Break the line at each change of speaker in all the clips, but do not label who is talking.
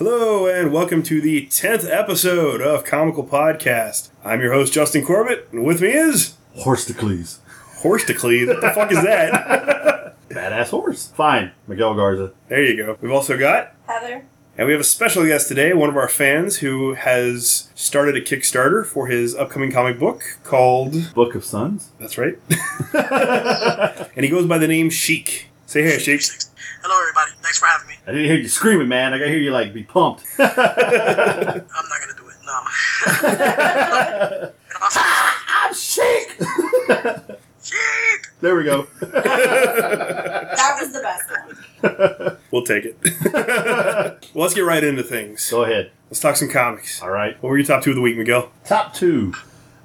and welcome to the 10th episode of Comical Podcast. I'm your host, Justin Corbett, and with me is
Horsticles.
Horse Decleed. What the fuck is that?
Badass horse. Fine. Miguel Garza.
There you go. We've also got
Heather.
And we have a special guest today, one of our fans who has started a Kickstarter for his upcoming comic book called.
Book of Sons.
That's right. and he goes by the name Sheik. Say hey, Sheik.
Hello, everybody. Thanks for having me.
I didn't hear you screaming, man. I gotta hear you like be pumped.
I'm not gonna do it. No. And also,
I'm chic.
Sheik!
There we go.
That was the best one.
We'll take it. well, let's get right into things.
Go ahead.
Let's talk some comics.
All right.
What were your top two of the week, Miguel?
Top two.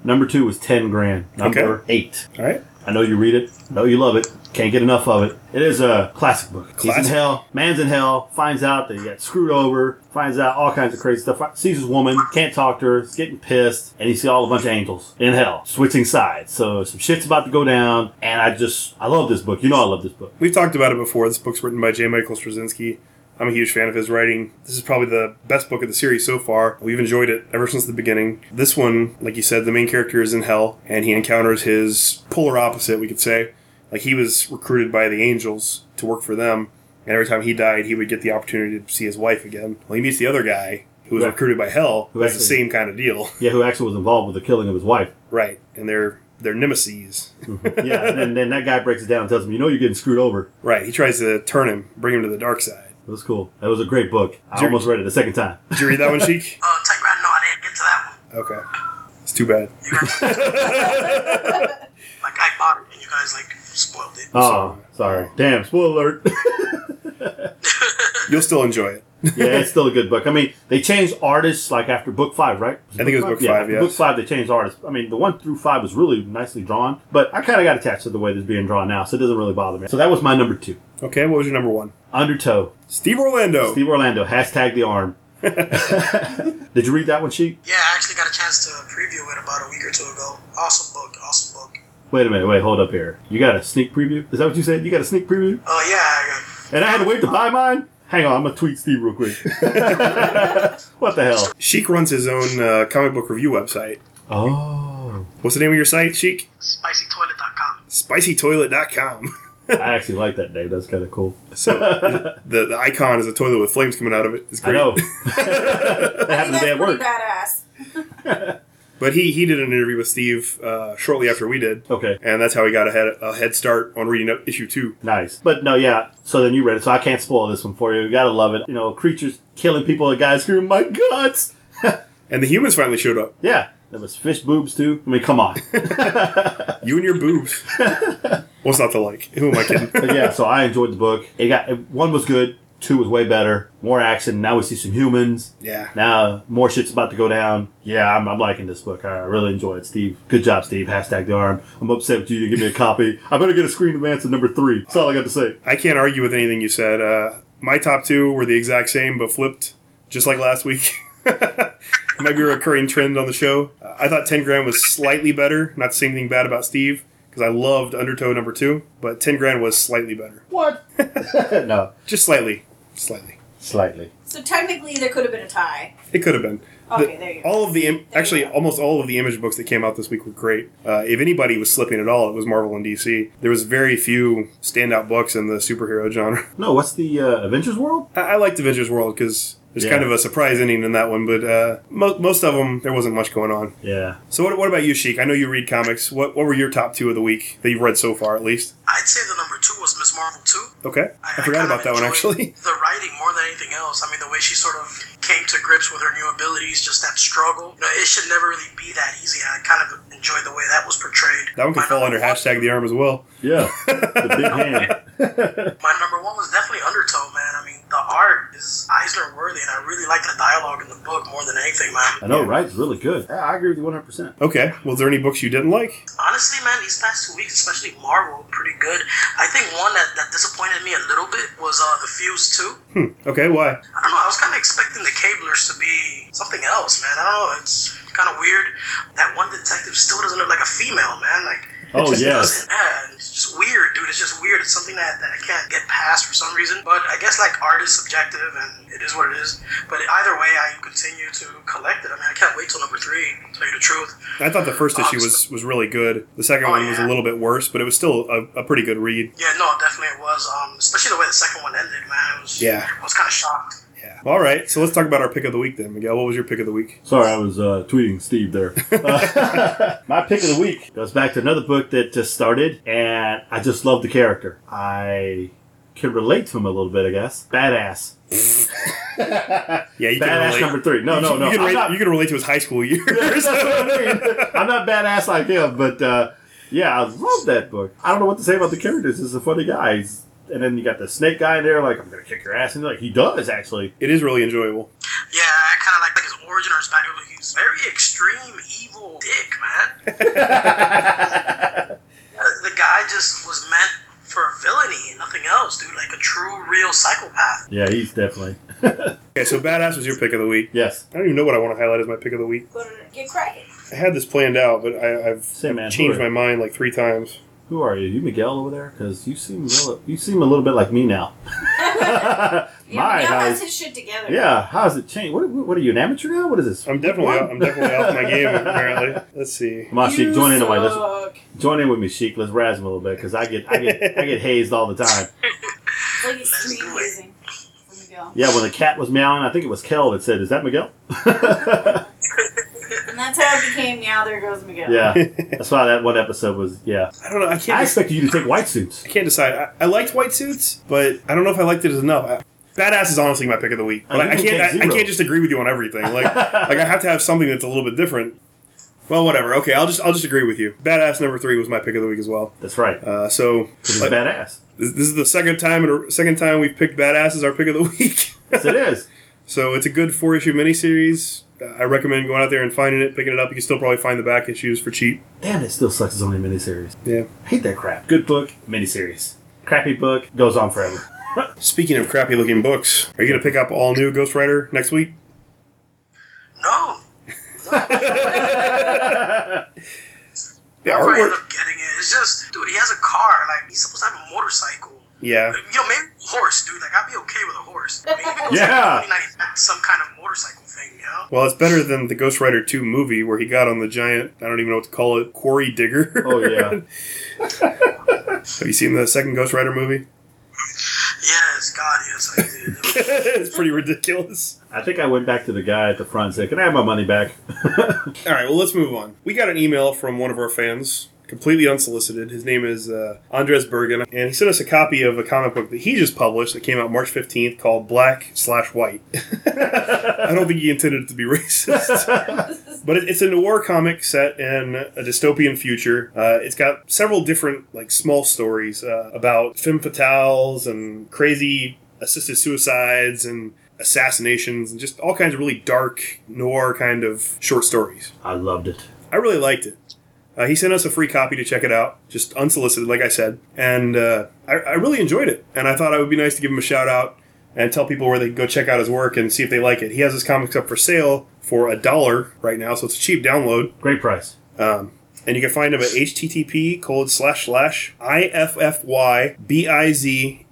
Number two was ten grand. Number
Okay.
eight.
All right.
I know you read it. I know you love it. Can't get enough of it. It is a classic book. He's
Classic.
in hell. Man's in hell. Finds out that he got screwed over. Finds out all kinds of crazy stuff. Sees his woman. Can't talk to her. Is getting pissed. And he sees all a bunch of angels in hell. Switching sides. So some shit's about to go down. And I just, I love this book. You know I love this book.
We've talked about it before. This book's written by J. Michael Straczynski. I'm a huge fan of his writing. This is probably the best book of the series so far. We've enjoyed it ever since the beginning. This one, like you said, the main character is in hell, and he encounters his polar opposite, we could say. Like, he was recruited by the angels to work for them, and every time he died, he would get the opportunity to see his wife again. Well, he meets the other guy who was
Right.
recruited by hell, who has the
Exactly.
same kind of deal.
Yeah, who actually was involved with the killing of his wife.
Right. And they're, they're nemesis.
Hmm. Yeah, and then, then that guy breaks it down and tells him, you know you're getting screwed over.
Right. He tries to turn him, bring him to the dark side.
It was cool. That was a great book. I
Jer-
almost read it a second time.
Did you read that one, Sheik?
Uh, Tank Rat, no, I didn't get to that one.
Okay. It's too bad.
You guys, like, I bought it and you guys, like, spoiled it.
Oh, sorry. Damn, spoiler alert.
You'll still enjoy it.
yeah, it's still a good book. I mean, they changed artists like after book five, right?
I think it was book five,
after
yes.
book five, they changed artists. I mean, the one through five was really nicely drawn, but I kind of got attached to the way this being drawn now, so it doesn't really bother me. So that was my number two,
Okay, what was your number one?
Undertow,
Steve Orlando.
Steve Orlando, hashtag the arm. Did you read that one, Sheik?
Yeah, I actually got a chance to preview it about a week or two ago. Awesome book, awesome book.
Wait a minute, wait, hold up here. You got a sneak preview? Is that what you said? You got a sneak preview?
Oh, yeah, I
And I had to wait to buy mine? Hang on, I'm gonna tweet Steve real quick. what the hell?
Sheik runs his own uh, comic book review website.
Oh,
What's the name of your site, Sheik?
got spicytoilet.com.
SpicyToilet.com.
I actually like that name. That's kind of cool.
So the, the icon is a toilet with flames coming out of it. It's
I
great.
know. that happened
That's
today at
pretty
work.
badass.
But he, he did an interview with Steve uh, shortly after we did,
Okay.
and that's how he got a head, a head start on reading up issue two.
Nice. But no, yeah. So then you read it, so I can't spoil this one for you. You gotta love it. You know, creatures killing people, a guy screaming, my guts!
And the humans finally showed up.
Yeah. There was fish boobs too. I mean, come on.
You and your boobs. What's not to like? Who am I kidding?
But yeah, so I enjoyed the book. It got one was good, two was way better. More action. Now we see some humans.
yeah.
Now more shit's about to go down. Yeah, I'm, I'm liking this book. I really enjoy it, Steve. Good job, Steve. Hashtag the arm. I'm upset with you. You give me a copy. I better get a screen advance of number three. That's all I got to say.
I can't argue with anything you said. Uh, my top two were the exact same, but flipped, just like last week. It Might be a recurring trend on the show. Uh, I thought 10 Grand was slightly better. Not saying anything bad about Steve, because I loved Undertow number two, but 10 Grand was slightly better.
What? no,
Just slightly. Slightly.
slightly.
So technically, there could have been a tie.
It could have been.
Okay,
The-
there you go.
all of the im-
There you
actually
go.
almost all of the image books that came out this week were great. Uh, if anybody was slipping at all, it was Marvel and DC. There was very few standout books in the superhero genre.
No, what's the uh, Avengers World?
I, I liked Avengers World because there's
Yeah.
kind of a surprise ending in that one, but uh, mo- most of them there wasn't much going on.
Yeah.
So what, what about you, Sheik? I know you read comics. What what were your top two of the week that you've read so far, at least?
I'd say the number two was Miss Marvel 2.
Okay, I, forgot
kind of
about that one
enjoyed
actually.
The writing more than anything else. I mean, the way she sort of came to grips with her new abilities, just that struggle. You know, it should never really be that easy. I kind of enjoyed the way that was portrayed.
That one could
My
fall
number
under hashtag the arm as well.
Yeah. the big hand.
My number one was definitely Undertow, man. I mean, the art is Eisner worthy, and I really like the dialogue in the book more than anything, man.
I know, right? It's really good. Yeah, I agree with you 100%.
Okay, was there any books you didn't like?
Honestly, man, these past two weeks, especially Marvel, pretty good. I think one that, that disappointed me a little bit was uh, The Fuse 2.
Hmm. Okay, why?
I don't know. I was kind of expecting the Cablers to be something else, man. I don't know. It's kind of weird. That one detective still doesn't look like a female, man. Like,
Oh,
just
yes.
doesn't. Yeah, it's just weird, dude. It's just weird. It's something that, that I can't get past for some reason. But I guess like art is subjective, and it is what it is. But either way, I you to collect it. I mean, I can't wait till number three. To tell you the truth,
I thought the first issue was was really good. The second
Uh, Oh,
one was a
yeah.
little bit worse, but it was still a, a pretty good read.
yeah, no, definitely it was. Um, especially the way the second one ended, man. It was,
Yeah.
I was kind of shocked.
Yeah. All right, so let's talk about our pick of the week then, Miguel. What was your pick of the week?
Sorry, I was uh, tweeting Steve there. Uh, my pick of the week goes back to another book that just started, and I just love the character. I can relate to him a little bit, I guess. Badass.
Yeah, you can
Badass
relate.
number three. No,
you,
no, no.
You can,
I'm
relate,
not-
you can relate to his high school years.
That's what I mean. I'm not badass like him, but uh, yeah, I love that book. I don't know what to say about the characters. He's a funny guy. He's- and then you got the snake guy in there, like I'm gonna kick your ass, and like he does actually.
it is really enjoyable.
Yeah, I kind of like, like his origin or his background. He's very extreme evil dick, man. Uh, the guy just was meant for villainy and nothing else, dude. Like a true, real psychopath.
Yeah, he's definitely
Okay, so badass was your pick of the week.
yes.
I don't even know what I want to highlight as my pick of the week.
Go to get cracking.
I had this planned out, but I, I've
Say, man,
changed
who
my
are,
mind like three times.
who are you? You Miguel over there? Because you seem real, you seem a little bit like me now.
Yeah,
My
Miguel has
guys.
his shit together.
Yeah, how's it changed? What, what are you an amateur now? What is this?
I'm definitely out, I'm definitely out of my game
What?
apparently. Let's see.
Come on, Sheik,
You
join in anyway. Let's
suck.
join in with me, Sheik. Let's razz him a little bit because I get I get I get hazed all the time.
It's like he's
Let's
street
do it.
hazing. for Miguel.
Yeah, when the cat was meowing, I think it was Kel that said, "Is that Miguel?"
And that's how it became. Now there goes Miguel.
yeah, that's why that one episode was. Yeah,
I don't know. I can't.
I
I,
expected you to take white suits.
can't decide. I, I liked White Suits, but I don't know if I liked it as enough. I, Badass is honestly my pick of the week.
Oh,
But I,
you
I
can
can't.
take
I, I
zero.
can't just agree with you on everything. Like, like I have to have something that's a little bit different. Well, whatever. Okay, I'll just I'll just agree with you. Badass number three was my pick of the week as well.
That's right.
Uh, so
'Cause it's
like,
badass.
this, this is the second time in a, second time we've picked Badass as our pick of the week.
Yes, it is.
So it's a good four issue miniseries. Uh, I recommend going out there and finding it, picking it up. You can still probably find the back issues for cheap.
Damn, it still sucks. It's only a miniseries.
Yeah.
I hate that crap. Good book, miniseries. Crappy book goes on forever.
Speaking of crappy looking books, are you going to pick up all new Ghost Rider next week?
No,
The
I'll probably end
artwork.
up getting it. It's just, dude, he has a car. Like, he's supposed to have a motorcycle.
Yeah.
You know, maybe a horse, dude. Like, I'd be okay with a horse. Maybe it's
Yeah.
Like, 2099, some kind of motorcycle thing, you know?
Well, it's better than the Ghost Rider 2 movie where he got on the giant, I don't even know what to call it, quarry digger.
Oh, yeah.
Have you seen the second Ghost Rider movie?
Yes, God, yes, I did.
it's pretty ridiculous.
I think I went back to the guy at the front and said, "Can I have my money back?"
All right, well, let's move on. We got an email from one of our fans, completely unsolicited. His name is uh, Andres Bergen, and he sent us a copy of a comic book that he just published that came out March 15th called Black Slash White. I don't think he intended it to be racist. But it- it's a noir comic set in a dystopian future. Uh, it's got several different like small stories uh, about femme fatales and crazy assisted suicides and assassinations and just all kinds of really dark noir kind of short stories.
I loved it.
I really liked it. Uh, he sent us a free copy to check it out, just unsolicited, like I said, and uh, I, I really enjoyed it. And I thought it would be nice to give him a shout out and tell people where they can go check out his work and see if they like it. He has his comics up for sale for a dollar right now, so it's a cheap download.
Great price.
Um, and you can find him at http colon slash slash iffybizness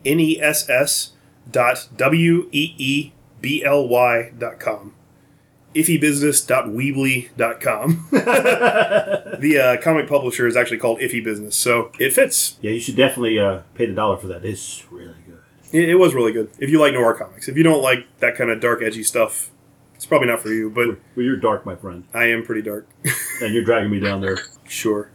E dot E w-e-e-b-l-y dot com iffybusiness.weebly.com the uh, comic publisher is actually called iffy business so it fits
Yeah, you should definitely uh, pay the dollar for that. It's really good.
it, it was really good if you like noir comics if you don't like that kind of dark edgy stuff it's probably not for you but
Well, you're dark, my friend,
i am pretty dark
and you're dragging me down there.
sure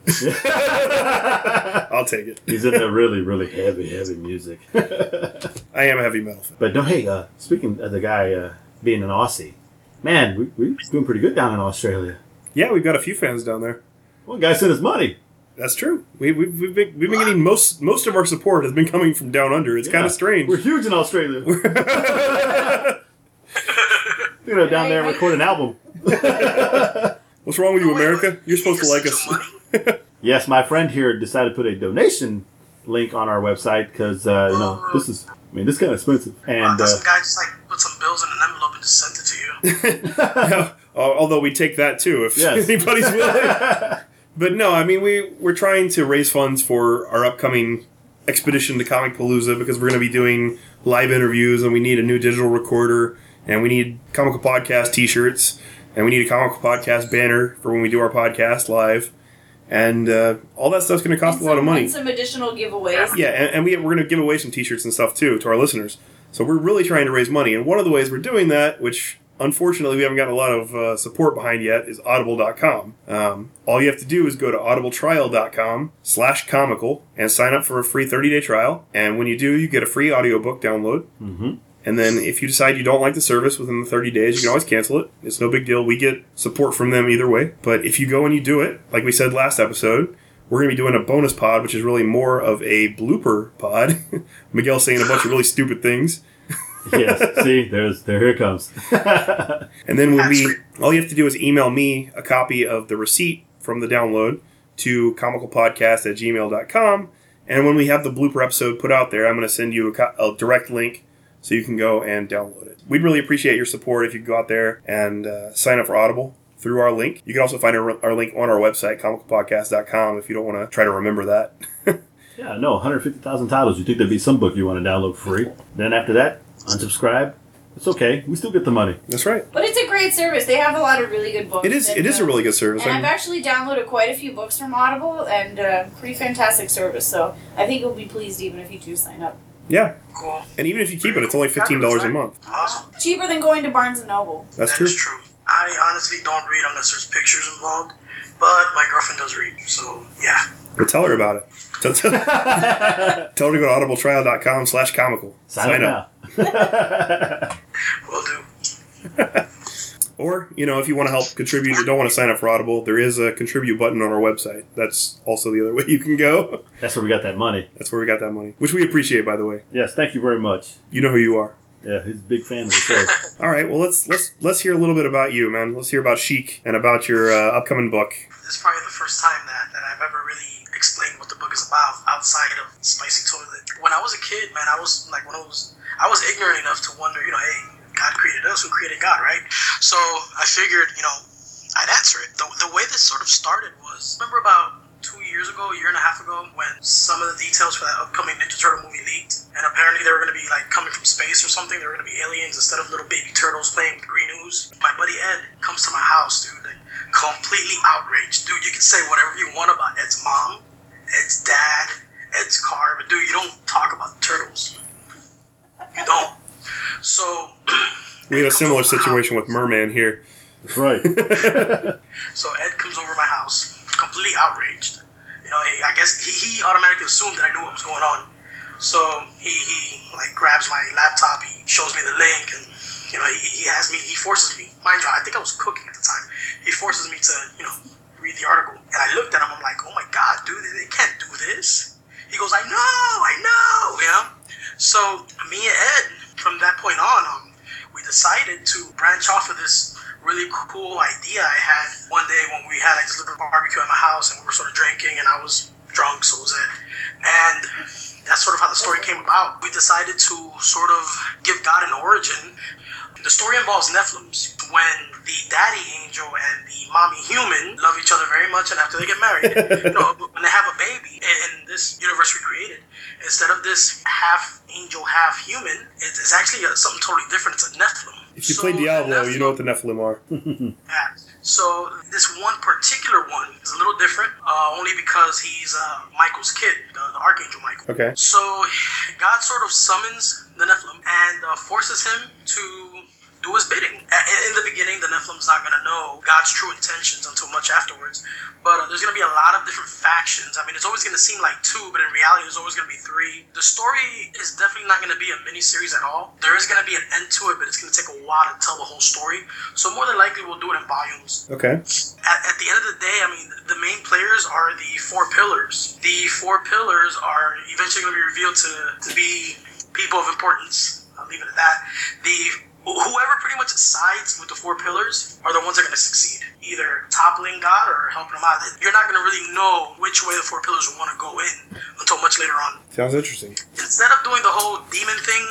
i'll take it
He's in the really, really heavy, heavy music.
i am a heavy metal fan
But no, hey, uh, speaking of the guy uh, being an Aussie, man, we, we're doing pretty good down in Australia.
yeah we've got a few fans down there
One guy sent us money.
That's true. We, we, we've been, we've been getting most most of our support has been coming from down under. It's kind
Yeah.
of strange.
We're huge in Australia. We're gonna down there and record an album.
What's wrong with you, America? You're supposed to
Just
like
get
us.
your money.
Yes, my friend here decided to put a donation link on our website because uh, you know this is, I mean, this is kind of expensive.
Uh,
And uh,
some guy just, like, put some bills in an envelope and just sent it to you.
Al- Although we take that too, if
Yes.
anybody's willing. but no, I mean we we're trying to raise funds for our upcoming expedition to Comic Palooza because we're going to be doing live interviews and we need a new digital recorder and we need comical podcast T-shirts, and we need a comical podcast banner for when we do our podcast live, and uh, all that stuff's going to cost
And
a lot of
some-
money.
and some additional giveaways.
Yeah, and, and we, we're going to give away some T-shirts and stuff too to our listeners. So we're really trying to raise money, and one of the ways we're doing that, which unfortunately we haven't gotten a lot of uh, support behind yet, is Audible.com. Um, all you have to do is go to audibletrial.com/comical and sign up for a free 30-day trial. And when you do, you get a free audiobook download.
Mhm.
And then if you decide you don't like the service within the 30 days, you can always cancel it. It's no big deal. We get support from them either way. But if you go and you do it, like we said last episode, we're going to be doing a bonus pod, which is really more of a blooper pod. Miguel saying a bunch of really stupid things.
yes. See, there's there. Here it comes.
And then when we,
That's
all you have to do is email me a copy of the receipt from the download to comicalpodcast at gmail.com. And when we have the blooper episode put out there, I'm going to send you a, co- a direct link so you can go and download it. We'd really appreciate your support if you go out there and uh, sign up for Audible through our link. You can also find our, our link on our website, comicalpodcast.com, if you don't want to try to remember that.
Yeah, no, 150,000 titles. You think there'd be some book you want to download for free? Then after that, unsubscribe. It's okay. We still get the money.
That's right.
But it's a great service. They have a lot of really good books.
It is.
and,
It is a
uh,
really good service.
And I've
I'm-
actually downloaded quite a few books from Audible, and uh, pretty fantastic service. So I think you'll be pleased even if you do sign up.
yeah,
Cool.
and even if you keep it, it's only fifteen dollars a month.
Awesome.
Cheaper than going to Barnes and Noble.
That's
That
true.
is true. I honestly don't read unless there's pictures involved, but my girlfriend does read, so yeah.
Well, tell her about it. Tell, tell-
Sign,
tell her to go to audibletrial.com slash comical.
up now.
Will do.
Or, you know, if you want to help contribute or don't want to sign up for Audible, there is a contribute button on our website. That's also the other way you can go.
That's where we got that money.
That's where we got that money, which we appreciate, by the way.
Yes, thank you very much.
You know who you are.
Yeah, he's a big fan of the show.
All right, well let's let's let's hear a little bit about you, man. Let's hear about Chic and about your uh, upcoming book.
This is probably the first time that, that I've ever really explained what the book is about outside of Spicy Toilet. When I was a kid, man, I was like one of those. I was ignorant enough to wonder, you know, hey, God created us, who created God, right? So I figured, you know, I'd answer it. The, the way this sort of started was remember about two years ago, a year and a half ago, when some of the details for that upcoming Ninja Turtle movie leaked, and apparently they were going to be like coming from space or something. They were going to be aliens instead of little baby turtles playing with green ooze. My buddy Ed comes to my house, dude, like completely outraged. Dude, you can say whatever you want about Ed's mom, Ed's dad, Ed's car, but dude, you don't talk about turtles. You don't. So.
We had a similar situation with Merman here.
That's right.
So Ed comes over to my house, completely outraged. You know, he, I guess he, he automatically assumed that I knew what was going on. So he, he like grabs my laptop, he shows me the link, and you know he, he has me, he forces me. Mind you, I think I was cooking at the time. He forces me to you know read the article, and I looked at him. I'm like, oh my god, dude, they- they can't do this. He goes, I know, I know, you know. So me and Ed, from that point on, um, we decided to branch off of this really cool idea I had one day when we had like this little barbecue at my house and we were sort of drinking and I was drunk, so was it. And that's sort of how the story came about. We decided to sort of give God an origin. The story involves Nephilims when the daddy angel and the mommy human love each other very much, and after they get married, you know, when they have a baby in in this universe we created, instead of this half angel, half human, it's, it's actually uh something totally different. It's a Nephilim.
If you
So
play
the
Diablo, you know
Nephilim-
what the Nephilim are.
yeah. So this one particular one is a little different, uh, only because he's uh, Michael's kid, the, the Archangel Michael.
Okay.
So God sort of summons the Nephilim and uh, forces him to do his bidding. A- In in the beginning, the Nephilim's not going to know God's true intentions until much afterwards. But uh, there's going to be a lot of different factions. I mean, it's always going to seem like two, but in reality, there's always going to be three. The story is definitely not going to be a miniseries at all. There is going to be an end to it, but it's going to take a while to tell the whole story. So more than likely, we'll do it in volumes
Okay.
at, at the end of the day, I mean, the main players are the four pillars. The four pillars are eventually going to be revealed to, to be people of importance. I'll leave it at that. The whoever pretty much sides with the four pillars are the ones that are going to succeed, either toppling God or helping him out. You're not going to really know which way the four pillars want to go in until much later on
Sounds interesting.
instead of doing the whole demon thing,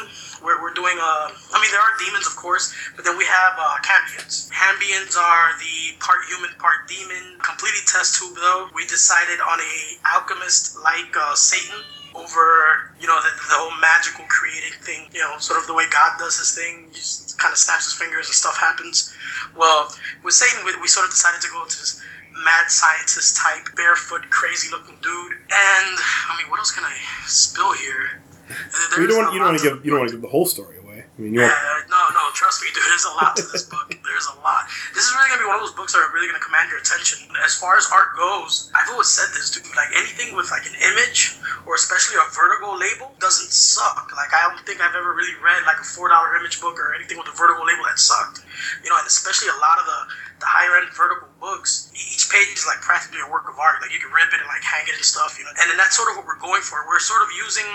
we're, we're doing, uh, I mean, there are demons, of course, but then we have uh, Cambions. Cambions are the part human, part demon, completely test tube, though. We decided on a alchemist like uh, Satan over, you know, the, the whole magical creating thing, you know, sort of the way God does his thing, he just kind of snaps his fingers and stuff happens. Well, with Satan, we, we sort of decided to go to this mad scientist type, barefoot, crazy looking dude. And, I mean, what else can I spill here? There-
You don't
there's a
want, you don't
lot
want to
to-
give you don't want to give the whole story away. I mean, you want,
yeah, no, no, trust me, dude. There's a lot to this book. There's a lot. This is really gonna be one of those books that are really gonna command your attention. As far as art goes, I've always said this, dude. Like anything with like an image or especially a vertigo label doesn't suck. Like I don't think I've ever really read like a four dollar image book or anything with a vertigo label that sucked. You know, and especially a lot of the the higher end vertical books, e-, each page is like practically a work of art. Like you can rip it and like hang it and stuff, you know. And then that's sort of what we're going for. We're sort of using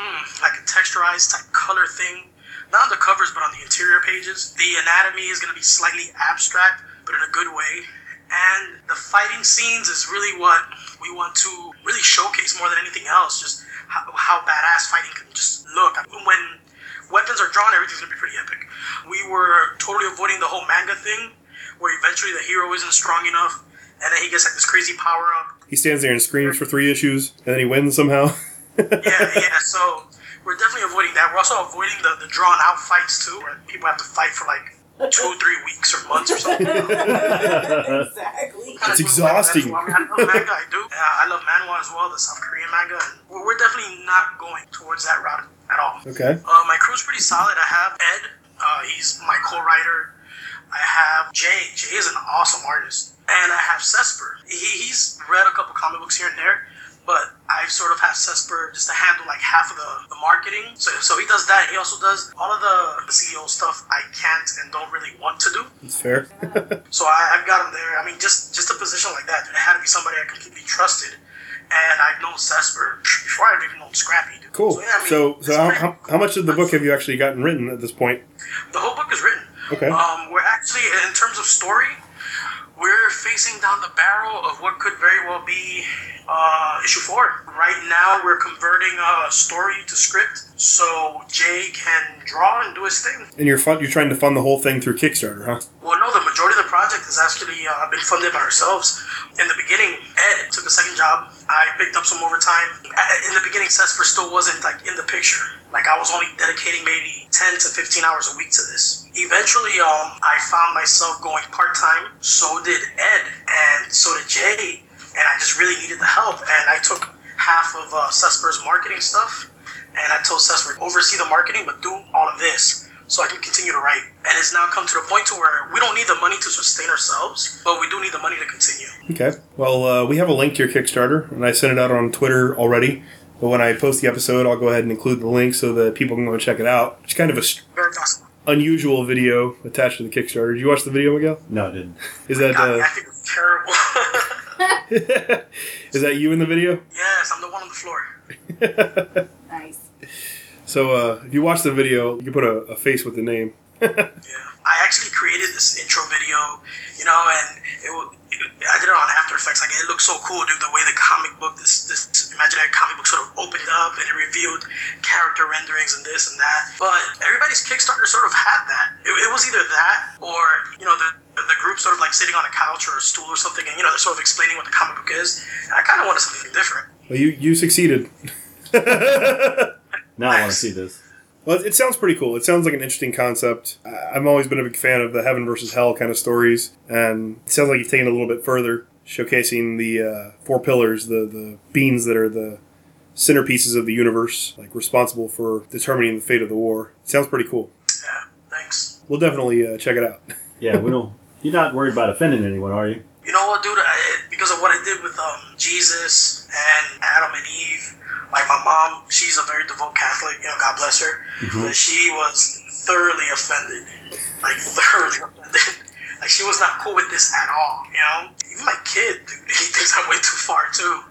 like a texturized type color thing not on the covers, but on the interior pages. The anatomy is going to be slightly abstract, but in a good way. And the fighting scenes is really what we want to really showcase more than anything else. Just how, how badass fighting can just look. When weapons are drawn, everything's going to be pretty epic. We were totally avoiding the whole manga thing, where eventually the hero isn't strong enough, and then he gets like this crazy power up,
he stands there and screams for three issues, and then he wins somehow.
yeah, yeah. So we're definitely avoiding that. We're also avoiding the, the drawn out fights too, where people have to fight for like two, three weeks or months or something.
exactly.
It's exhausting.
I, love manga. I do. Yeah, I love manhwa as well, the South Korean manga. And We're, we're definitely not going towards that route at all.
okay,
Uh, my crew's pretty solid. I have Ed. Uh, he's my co-writer. I have Jay. Jay is an awesome artist. And I have Cesper. He, he's read a couple comic books here and there, but I sort of have Cesper just to handle like half of the, the marketing. So, so he does that. He also does all of the CEO stuff I can't and don't really want to do.
that's fair.
So I, I've got him there. I mean, just just a position like that, dude, it had to be somebody I completely trusted. And I've known Cesper before I've even known Scrappy. Dude.
Cool.
yeah, I mean,
So, so
it's
how,
pretty-
how, how much of the book have you actually gotten written at this point?
the whole book is written.
Okay.
Um, we're actually, in terms of story, we're facing down the barrel of what could very well be uh, issue four. Right now, we're converting a story to script, so Jay can draw and do his thing.
And you're fun, you're trying to fund the whole thing through Kickstarter, huh?
Well, no, the majority of the project has actually uh, been funded by ourselves. In the beginning, Ed took a second job. I picked up some overtime. I- In the beginning, Cesper still wasn't like in the picture. Like I was only dedicating maybe 10 to 15 hours a week to this. Eventually, um, I found myself going part time. So did Ed, and so did Jay. And I just really needed the help. And I took half of uh, Cesper's marketing stuff and I told Cesar, oversee the marketing, but do all of this so I can continue to write. And it's now come to the point to where we don't need the money to sustain ourselves, but we do need the money to continue.
Okay. Well, uh, we have a link to your Kickstarter, and I sent it out on Twitter already. But when I post the episode, I'll go ahead and include the link so that people can go and check it out. It's kind of a s-
Very awesome.
unusual video attached to the Kickstarter. Did you watch the video, Miguel?
No, it didn't.
Is that
God,
uh,
I think it's terrible.
is that you in the video?
yes, I'm the one on the floor.
Nice.
So uh, if you watch the video, you can put a, a face with the name.
Yeah. I actually created this intro video, you know, and it, wa- it I did it on After Effects. Like it looks so cool, dude. The way the comic book, this this imaginary comic book, sort of opened up and it revealed character renderings and this and that. But everybody's Kickstarter sort of had that. It, it was either that or you know the. The group sort of like sitting on a couch or a stool or something, and you know they're sort of explaining what the comic book is. And I kind of wanted something different.
Well, you you succeeded.
Now I want to see this.
Well, it sounds pretty cool. It sounds like an interesting concept. I- I've always been a big fan of the heaven versus hell kind of stories, and it sounds like you've taken it a little bit further, showcasing the uh, four pillars, the the beings that are the centerpieces of the universe, like responsible for determining the fate of the war. It sounds pretty cool.
Yeah, thanks.
We'll definitely uh, check it out.
Yeah, we don't. You're not worried about offending anyone, are you?
You know what, dude? I, because of what I did with um, Jesus and Adam and Eve, like my mom, she's a very devout Catholic. You know, God bless her.
Mm-hmm.
But she was thoroughly offended, like thoroughly offended. Like she was not cool with this at all. You know, even my kid, dude, he thinks I went too far too.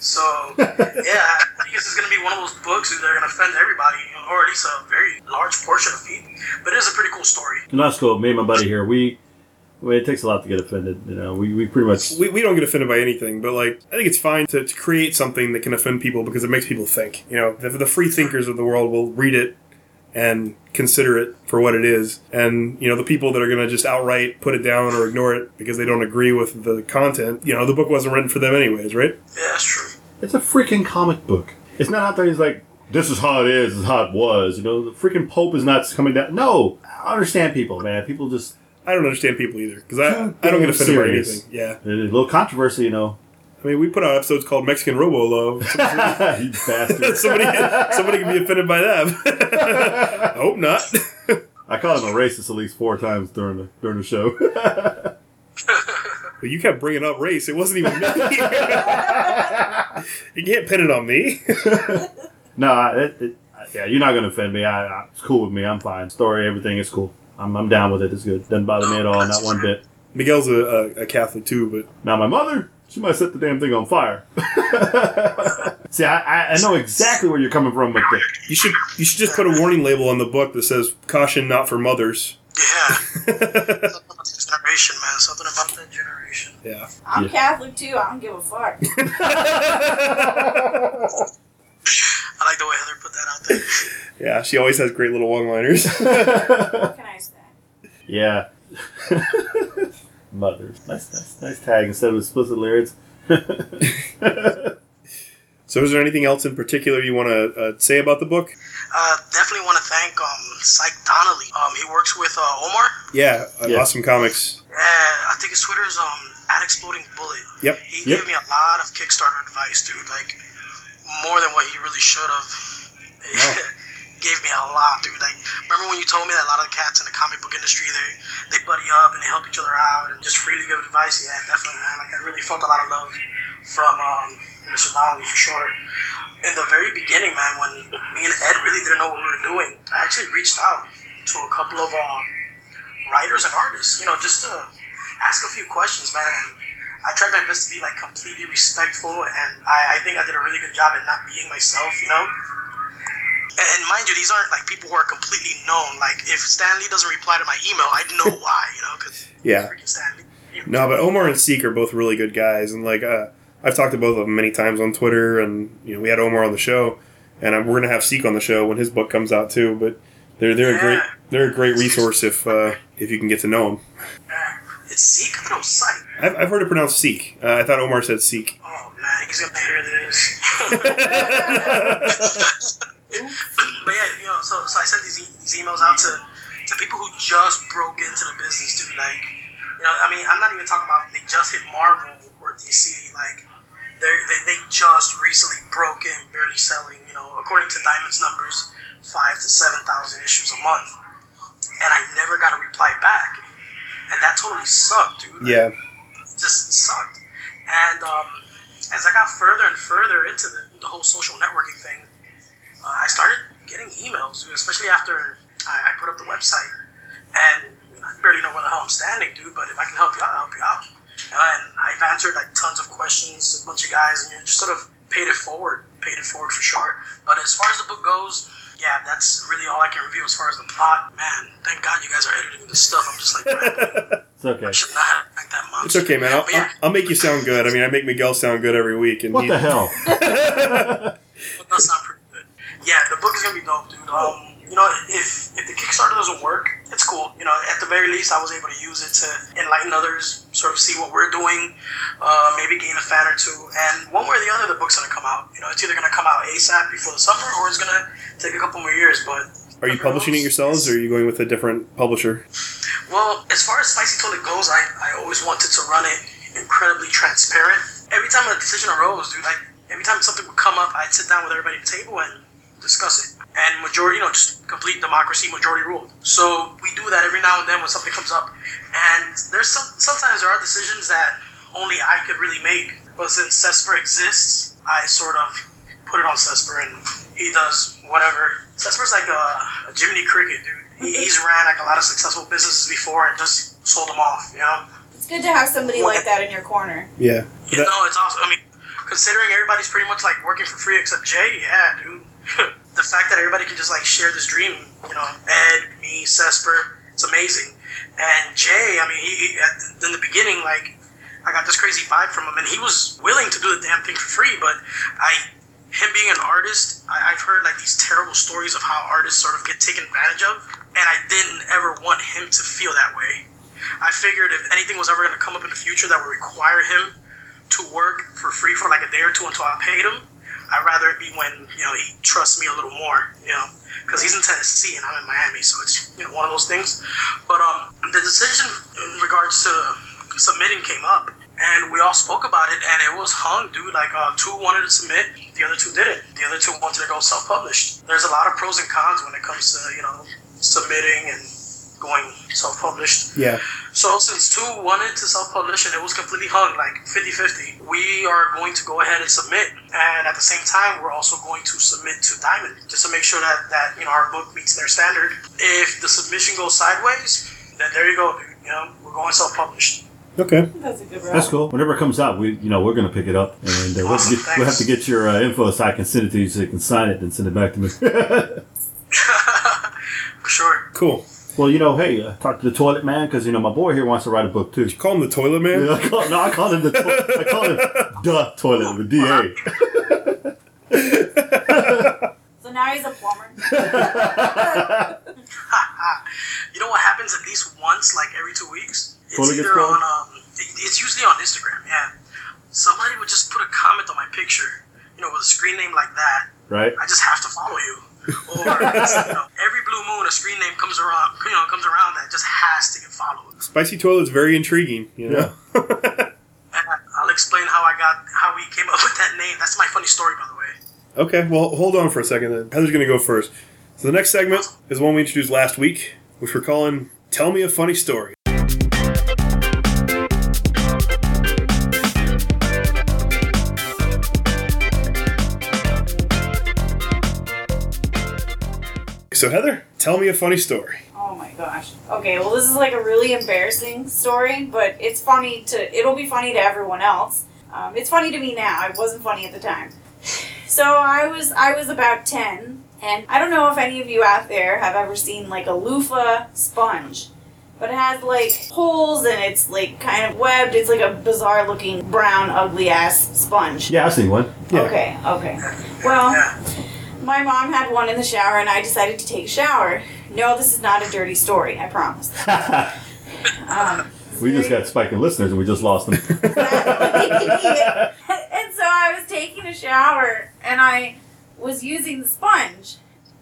So yeah, I think this is gonna be one of those books that are gonna offend everybody, or at least a very large portion of people. But it is a pretty cool story.
No, that's cool. Me and my buddy here, we. Well, it takes a lot to get offended. You know, we, we pretty much.
We, we don't get offended by anything, but like I think it's fine to, to create something that can offend people because it makes people think. You know, the, the free thinkers of the world will read it and consider it for what it is, and you know the people that are going to just outright put it down or ignore it because they don't agree with the content. You know, the book wasn't written for them anyways, right?
Yeah, that's true.
It's a freaking comic book. It's not out there. He's like, this is how it is, this is how it was. You know, the freaking Pope is not coming down. No, I understand people, man. People just
I don't understand people either because I,
Too
I
damn
don't get offended by
serious.
anything. Yeah,
a little controversy, you know.
I mean, we put out episodes called Mexican Robo Love.
you bastard.
somebody somebody can be offended by that. I hope not.
I called him a racist at least four times during the during the show.
But you kept bringing up race. It wasn't even me. you can't pin it on me.
no, I- it, it, yeah, you're not gonna offend me. I, I, it's cool with me. I'm fine. Story, everything is cool. I'm, I'm down with it. It's good. Doesn't bother me at all. Not one bit.
Miguel's a, a, a Catholic too, but
Now my mother, she might set the damn thing on fire. See, I, I, I know exactly where you're coming from with the
you should you should just put a warning label on the book that says "Caution, not for mothers."
Yeah. Something about this generation, man. Something about that generation.
Yeah,
I'm
Yeah.
Catholic too. I don't give a fuck.
I like the way Heather put that out there.
yeah. She always has great little one-liners.
what can I say?
yeah. Mothers. Nice, nice, nice tag instead of explicit lyrics.
so, is there anything else in particular you want to uh, say about the book?
Uh, definitely want to thank um, Psych Donnelly. Um, he works with uh, Omar.
Yeah, uh,
Yeah.
awesome comics.
Yeah, I think his Twitter is um, at Exploding Bullet.
Yep.
He
Yep.
gave me a lot of Kickstarter advice, dude. Like, more than what he really should have.
Wow.
gave me a lot, dude. Like, remember when you told me that a lot of the cats in the comic book industry, they, they buddy up and they help each other out and just freely give advice? Yeah, definitely, man. Like, I really felt a lot of love from um, Mr. Donnelly, for sure. In the very beginning, man, when me and Ed really didn't know what we were doing, I actually reached out to a couple of uh, writers and artists, you know, just to ask a few questions, man. I tried my best to be like completely respectful, and I, I think I did a really good job at not being myself, you know. And, and mind you, these aren't like people who are completely known. Like if Stanley doesn't reply to my email, I know why, you know, because
Yeah.
freaking Stanley. you know.
No, but Omar and Seek are both really good guys, and like uh, I've talked to both of them many times on Twitter, and you know we had Omar on the show, and i we're gonna have Seek on the show when his book comes out too. But they're they're a great
Yeah.
they're a great resource if uh, if you can get to know them.
It's Zeke. I don't psych.
I've, I've heard it pronounced Seek. Uh, I thought Omar said Seek.
Oh man, he's gonna hear this. But yeah, you know, so, so I sent these, e- these emails out to, to people who just broke into the business, dude. Like, you know, I mean, I'm not even talking about they just hit Marvel or DC. Like, they're, they, they just recently broke in, barely selling, you know, according to Diamond's numbers, five to 7,000 issues a month. And I never got a reply back. And that totally sucked, dude
yeah,
just sucked. And um, as I got further and further into the, the whole social networking thing, uh, I started getting emails, dude, especially after I, I put up the website. And I barely know where the hell I'm standing, dude, but if I can help you out, I'll help you out. And I've answered like tons of questions to a bunch of guys, and you know, just sort of paid it forward, paid it forward for sure. But as far as the book goes, yeah, that's really all I can review as far as the plot. Man, thank God you guys are editing this stuff. I'm just like, man,
It's okay.
should not have like that
it's
monster.
okay, man. I'll,
But
I'll,
yeah.
I'll make you sound good. I mean, I make Miguel sound good every week, and
What
he-
the hell?
That does sound pretty good. Yeah, the book is gonna be dope, dude. Um, you know, if if the Kickstarter doesn't work, it's cool. You know, at the very least, I was able to use it to enlighten others, sort of see what we're doing, uh, maybe gain a fan or two. And one way or the other, the book's gonna come out. You know, it's either gonna come out ASAP before the summer, or it's gonna take a couple more years. But
Are you publishing it yourselves, or are you going with a different publisher?
Well, as far as Spicy Toilet goes, I, I always wanted to run it incredibly transparent. Every time a decision arose, dude, like every time something would come up, I'd sit down with everybody at the table and discuss it. And majority, you know, just complete democracy, majority ruled. So we do that every now and then when something comes up. And there's some sometimes there are decisions that only I could really make. But since Cesper exists, I sort of put it on Cesper and he does whatever. Cesper's like a, a Jiminy Cricket, dude. He, he's ran like a lot of successful businesses before and just sold them off, you know?
It's good to have somebody like that in your corner.
Yeah,
You know, it's awesome. I mean, considering everybody's pretty much like working for free except Jay, yeah, dude. the fact that everybody can just like share this dream, you know, Ed, me, Cesper, it's amazing. And Jay, I mean, he, he at, in the beginning, like, I got this crazy vibe from him, and he was willing to do the damn thing for free, but I. Him being an artist, I, I've heard like these terrible stories of how artists sort of get taken advantage of, and I didn't ever want him to feel that way. I figured if anything was ever going to come up in the future that would require him to work for free for like a day or two until I paid him. I'd rather it be when you know he trusts me a little more. You know, because he's in Tennessee and I'm in Miami, so it's you know, one of those things. But um, the decision in regards to submitting came up, and we all spoke about it, and it was hung, dude. Like uh, two wanted to submit, the other two didn't. The other two wanted to go self-published. There's a lot of pros and cons when it comes to you know submitting and going self-published.
Yeah.
So since two wanted to self-publish and it was completely hung, like 50-50, we are going to go ahead and submit. And at the same time, we're also going to submit to Diamond just to make sure that, that you know our book meets their standard. If the submission goes sideways, then there you go, dude. You know, we're going self-published.
Okay.
That's a good route.
That's cool. Whenever it comes out, we you know we're gonna pick it up, and uh, we'll, have to
Awesome,
get, we'll have to get your uh, info so I can send it to you, so you can sign it and send it back to me.
For sure.
Cool.
well, you know, hey, uh, talk to the toilet man because you know my boy here wants to write a book too.
Call him the toilet man.
Yeah, I call, no, I call him the to- I call him the toilet with DA.
So now he's a plumber.
You know what happens at least once, like every two weeks? It's
Totally gets
either
called?
on um, it- it's usually on Instagram. Yeah, somebody would just put a comment on my picture, you know, with a screen name like that.
right?
I just have to follow you. Or it's, you know, every blue moon, a screen name comes around. You know, comes around that just has to get followed.
Spicy toilet's very intriguing. You know?
And I- I'll explain how I got how we came up with that name. That's my funny story, by the way.
Okay, well, hold on for a second then. Heather's going to go first. So the next segment is one we introduced last week, which we're calling Tell Me a Funny Story. So, Heather, tell me a funny story.
Oh my gosh. Okay, well, this is like a really embarrassing story, but it's funny to, it'll be funny to everyone else. Um, it's funny to me now. It wasn't funny at the time. So I was, I was about 10, and I don't know if any of you out there have ever seen like a loofah sponge, but it has like holes and it's like kind of webbed. It's like a bizarre looking brown, ugly ass sponge.
Yeah, I've seen one.
Yeah.
Okay, okay. Well,
Yeah.
my mom had one in the shower, and I decided to take a shower. No, this is not a dirty story, I promise. Um,
we just got spiking listeners and we just lost them.
and so I was taking a shower, and I was using the sponge.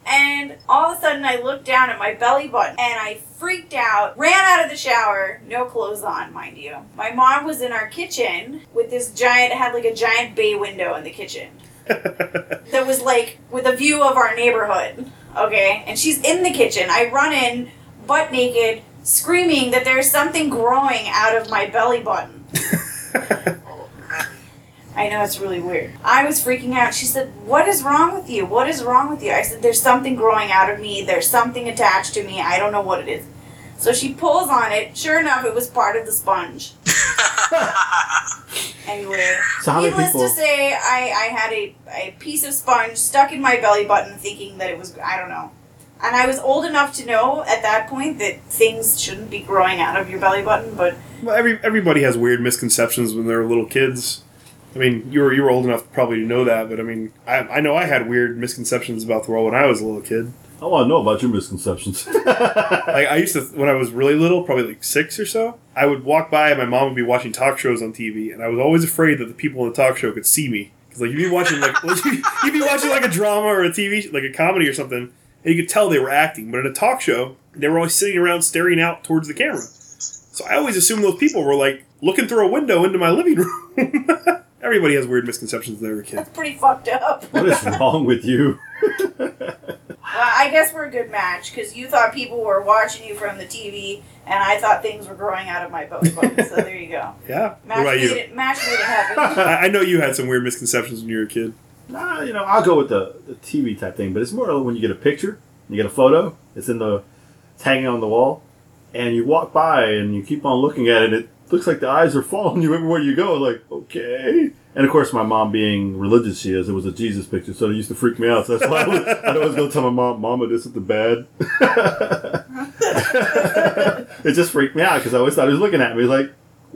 And all of a sudden, I looked down at my belly button and I freaked out, ran out of the shower, no clothes on, mind you. My mom was in our kitchen with this giant, it had like a giant bay window in the kitchen that was like with a view of our neighborhood. Okay, and she's in the kitchen. I run in, butt naked, screaming that there's something growing out of my belly button. I know it's really weird. I was freaking out. She said, "What is wrong with you? What is wrong with you?" I said, "There's something growing out of me. There's something attached to me. I don't know what it is." So she pulls on it. Sure enough, it was part of the sponge. anyway,
So how many
needless
people-
to say, I, I had a, a piece of sponge stuck in my belly button, thinking that it was I don't know. And I was old enough to know at that point that things shouldn't be growing out of your belly button, but
Well, every, everybody has weird misconceptions when they're little kids. I mean, you were you were old enough probably to know that, but I mean, I, I know I had weird misconceptions about the world when I was a little kid.
I want to know about your misconceptions.
Like I used to when I was really little, probably like six or so. I would walk by and my mom would be watching talk shows on TV, and I was always afraid that the people in the talk show could see me because like you'd be watching like you'd be watching like a drama or a TV like a comedy or something, and you could tell they were acting. But in a talk show, they were always sitting around staring out towards the camera. So I always assumed those people were like looking through a window into my living room. Everybody has weird misconceptions when they were a kid.
that's pretty fucked up.
what is wrong with you?
Well, I guess we're a good match because you thought people were watching you from the TV, and I thought things were growing out of my belly button. so there you go.
Yeah.
Match
what about
made
you?
it. Match made it happen.
I, I know you had some weird misconceptions when you were a kid.
Nah, you know, I'll go with the, the TV type thing, but it's more like when you get a picture, you get a photo, it's in the, it's hanging on the wall, and you walk by and you keep on looking at it, it looks like the eyes are following you everywhere you go, like, okay. And of course, my mom being religious she is, it was a Jesus picture, so it used to freak me out. So that's why I would, I'd always go tell my mom, Mama, this is the bad. it just freaked me out because I always thought he was looking at me like,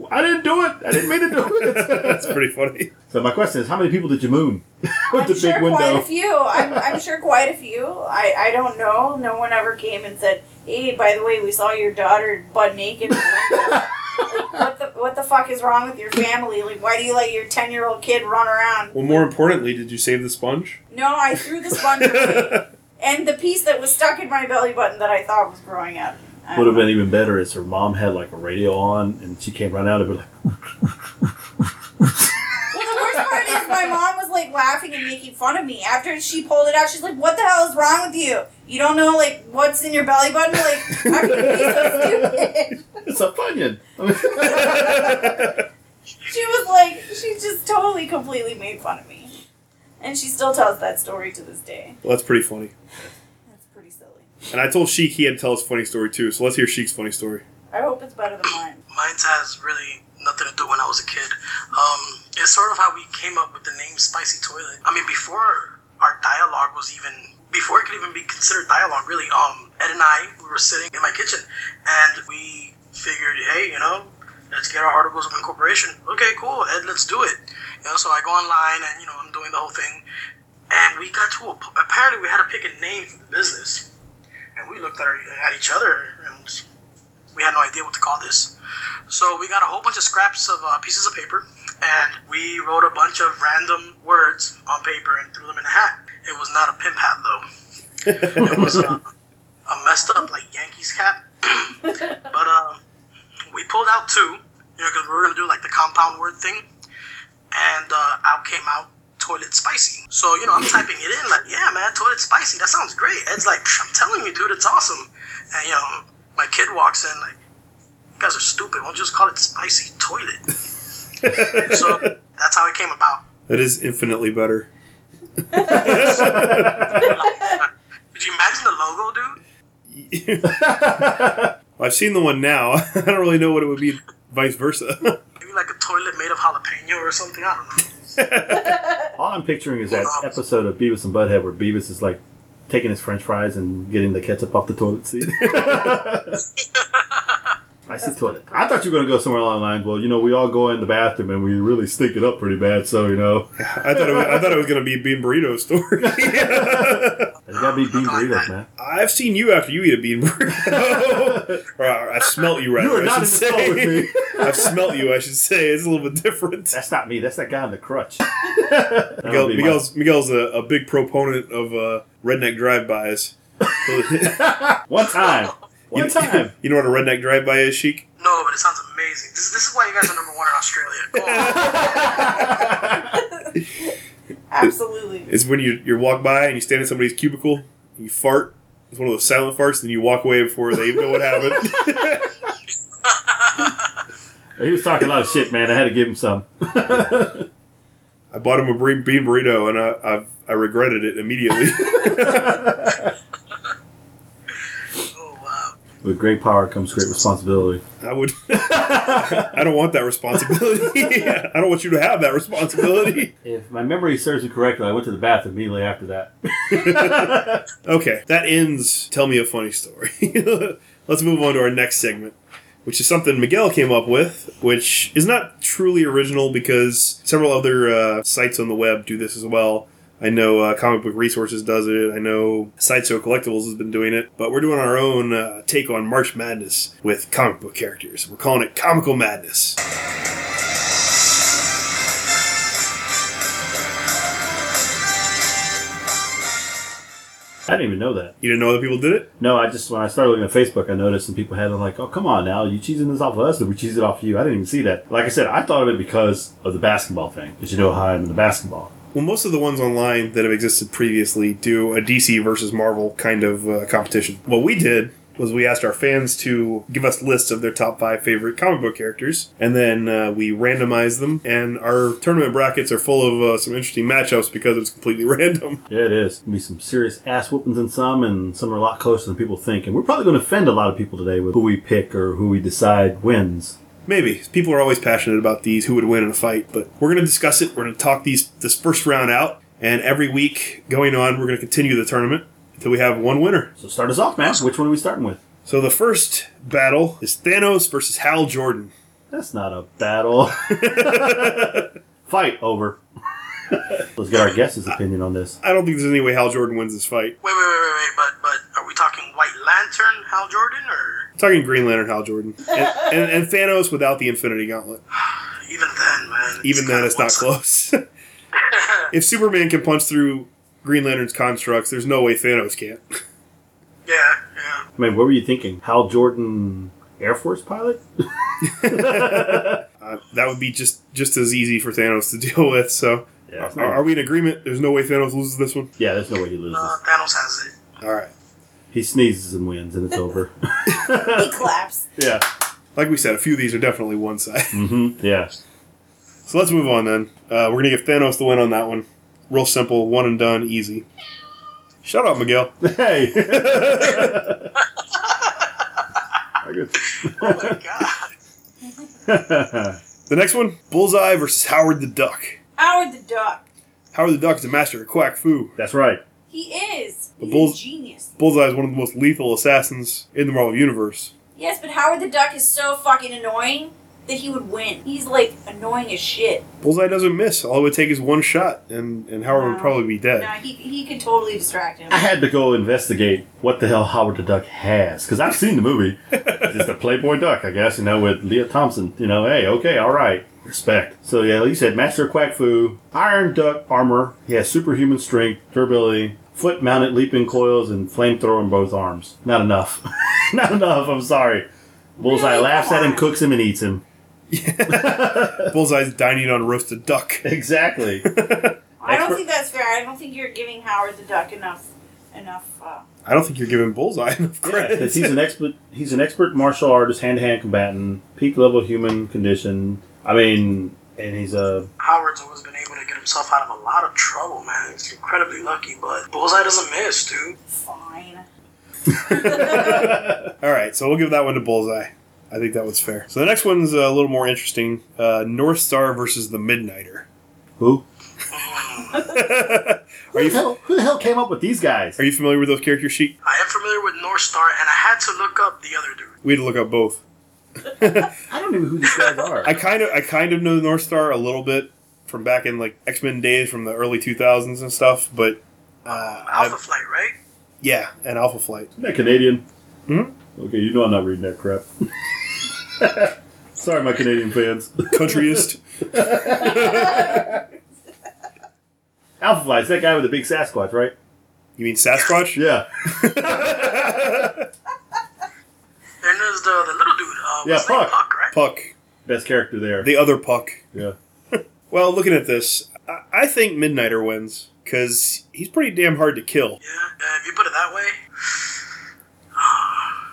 I didn't do it. I didn't mean to do it.
That's pretty funny.
So my question is, how many people did you moon with
I'm
the
sure
big
quite a
window?
few. I'm, I'm sure quite a few. I, I don't know. No one ever came and said, "Hey, by the way, we saw your daughter butt naked." in the window." Like, what the what the fuck is wrong with your family? Like, why do you let your 10 year old kid run around?
Well, more importantly, did you save the sponge?
No, I threw the sponge away. And the piece that was stuck in my belly button that I thought was growing up. I
Would have
don't know.
been even better if her mom had like a radio on and she came right out of it like,
Well, the worst part is my mom was like laughing and making fun of me. After she pulled it out, she's like, "What the hell is wrong with you? You don't know like what's in your belly button? Like, how can you be so stupid?"
it's a funyun.
She was like, she just totally, completely made fun of me, and she still tells that story to this day.
Well, that's pretty funny.
That's pretty silly.
And I told Sheik he had to tell his funny story too. So let's hear Sheik's funny story.
I hope it's better than mine.
Mine has really nothing to do when I was a kid. Um, it's sort of how we came up with the name Spicy Toilet. I mean, before our dialogue was even, before it could even be considered dialogue, really, um, Ed and I, we were sitting in my kitchen and we figured, hey, you know, let's get our articles of incorporation. Okay, cool, Ed, let's do it. You know, so I go online and, you know, I'm doing the whole thing. And we got to, a, apparently, we had to pick a name for the business. And we looked at, our, at each other and we had no idea what to call this. So we got a whole bunch of scraps of uh, pieces of paper, and we wrote a bunch of random words on paper and threw them in a hat. It was not a pimp hat though. It was a, a messed up like Yankees cap. but um, we pulled out two, you know, because we were gonna do like the compound word thing, and uh, out came out toilet spicy. So you know, I'm typing it in like, yeah, man, toilet spicy. That sounds great. Ed's like, "Psh, I'm telling you, dude, it's awesome. And you know, my kid walks in like. You guys are stupid. Won't you just call it spicy toilet? so that's how it came about.
That is infinitely better.
Could you imagine the logo, dude?
I've seen the one now. I don't really know what it would be vice versa.
Maybe like a toilet made of jalapeno or something. I don't know.
All I'm picturing is that episode of Beavis and Butthead where Beavis is like taking his french fries and getting the ketchup off the toilet seat. I see toilet. I thought you were going to go somewhere along the lines. Well, you know, we all go in the bathroom and we really stink it up pretty bad, so, you know.
I thought it was, I thought it was going to be a bean burrito story.
It's got to be bean burritos, man.
I've seen you after you eat a bean burrito. or I've smelt you rather.
You are not
I
in the
should
stall with
say.
me.
I've smelt you. I should say it's a little bit different.
That's not me. That's that guy on the crutch.
Miguel,
That'll be my-
Miguel's, Miguel's a, a big proponent of uh, redneck drive-bys.
One time. One time.
you know what a redneck drive-by is, Sheik?
No, but it sounds amazing. This, this is why you guys are number one in Australia. Go on.
Absolutely.
It's when you you walk by and you stand in somebody's cubicle, and you fart. It's one of those silent farts, and you walk away before they even know what happened.
He was talking a lot of shit, man. I had to give him some.
I bought him a bean, bean burrito, and I I've, I regretted it immediately.
Oh, wow.
With great power comes great responsibility.
I would. I don't want that responsibility. I don't want you to have that responsibility.
If my memory serves me correctly, I went to the bathroom immediately after that.
Okay, that ends. Tell me a funny story. Let's move on to our next segment, which is something Miguel came up with, which is not truly original because several other uh, sites on the web do this as well. I know uh, Comic Book Resources does it. I know Sideshow Collectibles has been doing it, but we're doing our own uh, take on March Madness with comic book characters. We're calling it Comical Madness.
I didn't even know that.
You didn't know other people did it?
No, I just when I started looking at Facebook, I noticed some people had them like, "Oh, come on now, you cheesing this off of us, or we cheese it off you?" I didn't even see that. Like I said, I thought of it because of the basketball thing, because you know how I'm in the basketball.
Well, most of the ones online that have existed previously do a DC versus Marvel kind of uh, competition. What we did was we asked our fans to give us lists of their top five favorite comic book characters, and then uh, we randomized them. And our tournament brackets are full of uh, some interesting matchups because it's completely random.
Yeah, it is. Gonna be some serious ass whoopings in some, and some are a lot closer than people think. And we're probably going to offend a lot of people today with who we pick or who we decide wins.
Maybe people are always passionate about these who would win in a fight, but we're going to discuss it. We're going to talk these this first round out, and every week going on, we're going to continue the tournament until we have one winner.
So start us off, man. Which one are we starting with?
So the first battle is Thanos versus Hal Jordan.
That's not a battle. Fight over. Let's get our guest's opinion on this.
I don't think there's any way Hal Jordan wins this fight.
Wait, wait, wait, wait, wait. But, but are we talking White Lantern, Hal Jordan, or.
I'm talking Green Lantern Hal Jordan. And, and, and Thanos without the Infinity Gauntlet.
Even then, man.
Even then,
kinda
it's not
one-sided.
close. if Superman can punch through Green Lantern's constructs, there's no way Thanos can't.
yeah, yeah.
I mean, what were you thinking? Hal Jordan, Air Force pilot?
Uh, that would be just just as easy for Thanos to deal with. So,
Yeah, it's
are,
not-
are we in agreement? There's no way Thanos loses this one.
yeah, there's no way he
No,
loses.
Uh, Thanos has it.
All right.
He sneezes and wins, and it's over.
He claps.
yeah.
Like we said, a few of these are definitely one side.
hmm Yeah.
So let's move on then. Uh, we're gonna give Thanos the win on that one. Real simple, one and done, easy. Shut up, Miguel.
Hey. Very
Oh my god.
good.
The next one, Bullseye versus Howard the Duck.
Howard the Duck.
Howard the Duck is a master of quack foo.
That's right.
He is.
The
He's
Bulls-
a genius.
Bullseye is one of the most lethal assassins in the Marvel universe.
Yes, but Howard the Duck is so fucking annoying that he would win. He's like annoying as shit.
Bullseye doesn't miss. All it would take is one shot, and, and Howard would
Wow.
probably be
No,
dead.
he, he can totally distract him.
I had to go investigate what the hell Howard the Duck has because I've seen the movie. it's just a Playboy Duck, I guess, you know, with Leah Thompson. You know, hey, okay, all right, respect. So yeah, he said Master Quack Fu, Iron Duck armor. He has superhuman strength, durability, foot-mounted leaping coils, and flamethrower in both arms. Not enough. Not enough. I'm sorry. Bullseye
Really?
laughs at him, cooks him, and eats him.
Bullseye's dining on roasted duck.
Exactly.
I don't
Expert-
think that's fair. I don't think you're giving Howard the Duck enough enough. Uh,
I don't think you're giving Bullseye enough credit.
Because he's an expert. He's an expert martial artist, hand to hand combatant, peak level human condition. I mean, and he's a
Howard's always been able to get himself out of a lot of trouble, man. He's incredibly lucky, but Bullseye doesn't miss, dude.
fine.
All right, so we'll give that one to Bullseye. I think that was fair. So the next one's a little more interesting. Uh, North Star versus the Midnighter.
who?
Mm.
Are
Who
you
the hell? Who the hell came up with these guys?
are you familiar with those character sheet?
I am familiar with North Star, and I had to look up the other dude.
We had to look up both.
I don't even know who these guys are.
I kind of I kind of know North Star a little bit from back in like X Men days from the early two thousands and stuff, but uh,
Alpha
I,
Flight, right?
yeah, and Alpha Flight.
Isn't that Canadian?
Hmm?
Okay, you know I'm not reading that crap. Sorry, my Canadian fans.
Countryist.
Alpha Flies, that guy with the big Sasquatch, right?
you mean Sasquatch?
Yeah.
Then there's the, the little dude. Uh,
Yeah,
what's his name?
Puck.
Puck, right?
Puck,
Best character there.
the other Puck.
yeah.
Well, looking at this, I, I think Midnighter wins because he's pretty damn hard to kill.
Yeah, yeah, if you put it that way.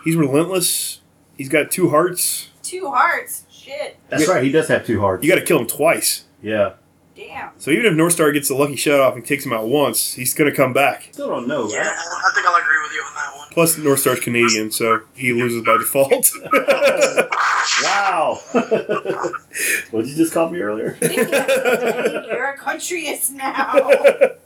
He's relentless. He's got two hearts.
Two hearts. Shit.
That's
Yeah.
right, he does have two hearts.
You got to kill him twice.
yeah.
Damn.
So even if North Star gets the lucky shot off and takes him out once, he's going to come back.
Still don't know,
Yeah,
right?
I I think I'll agree with you on that one.
Plus, North Star's Canadian, so he loses by default.
Wow. What'd you just call me earlier?
You're a countryist now.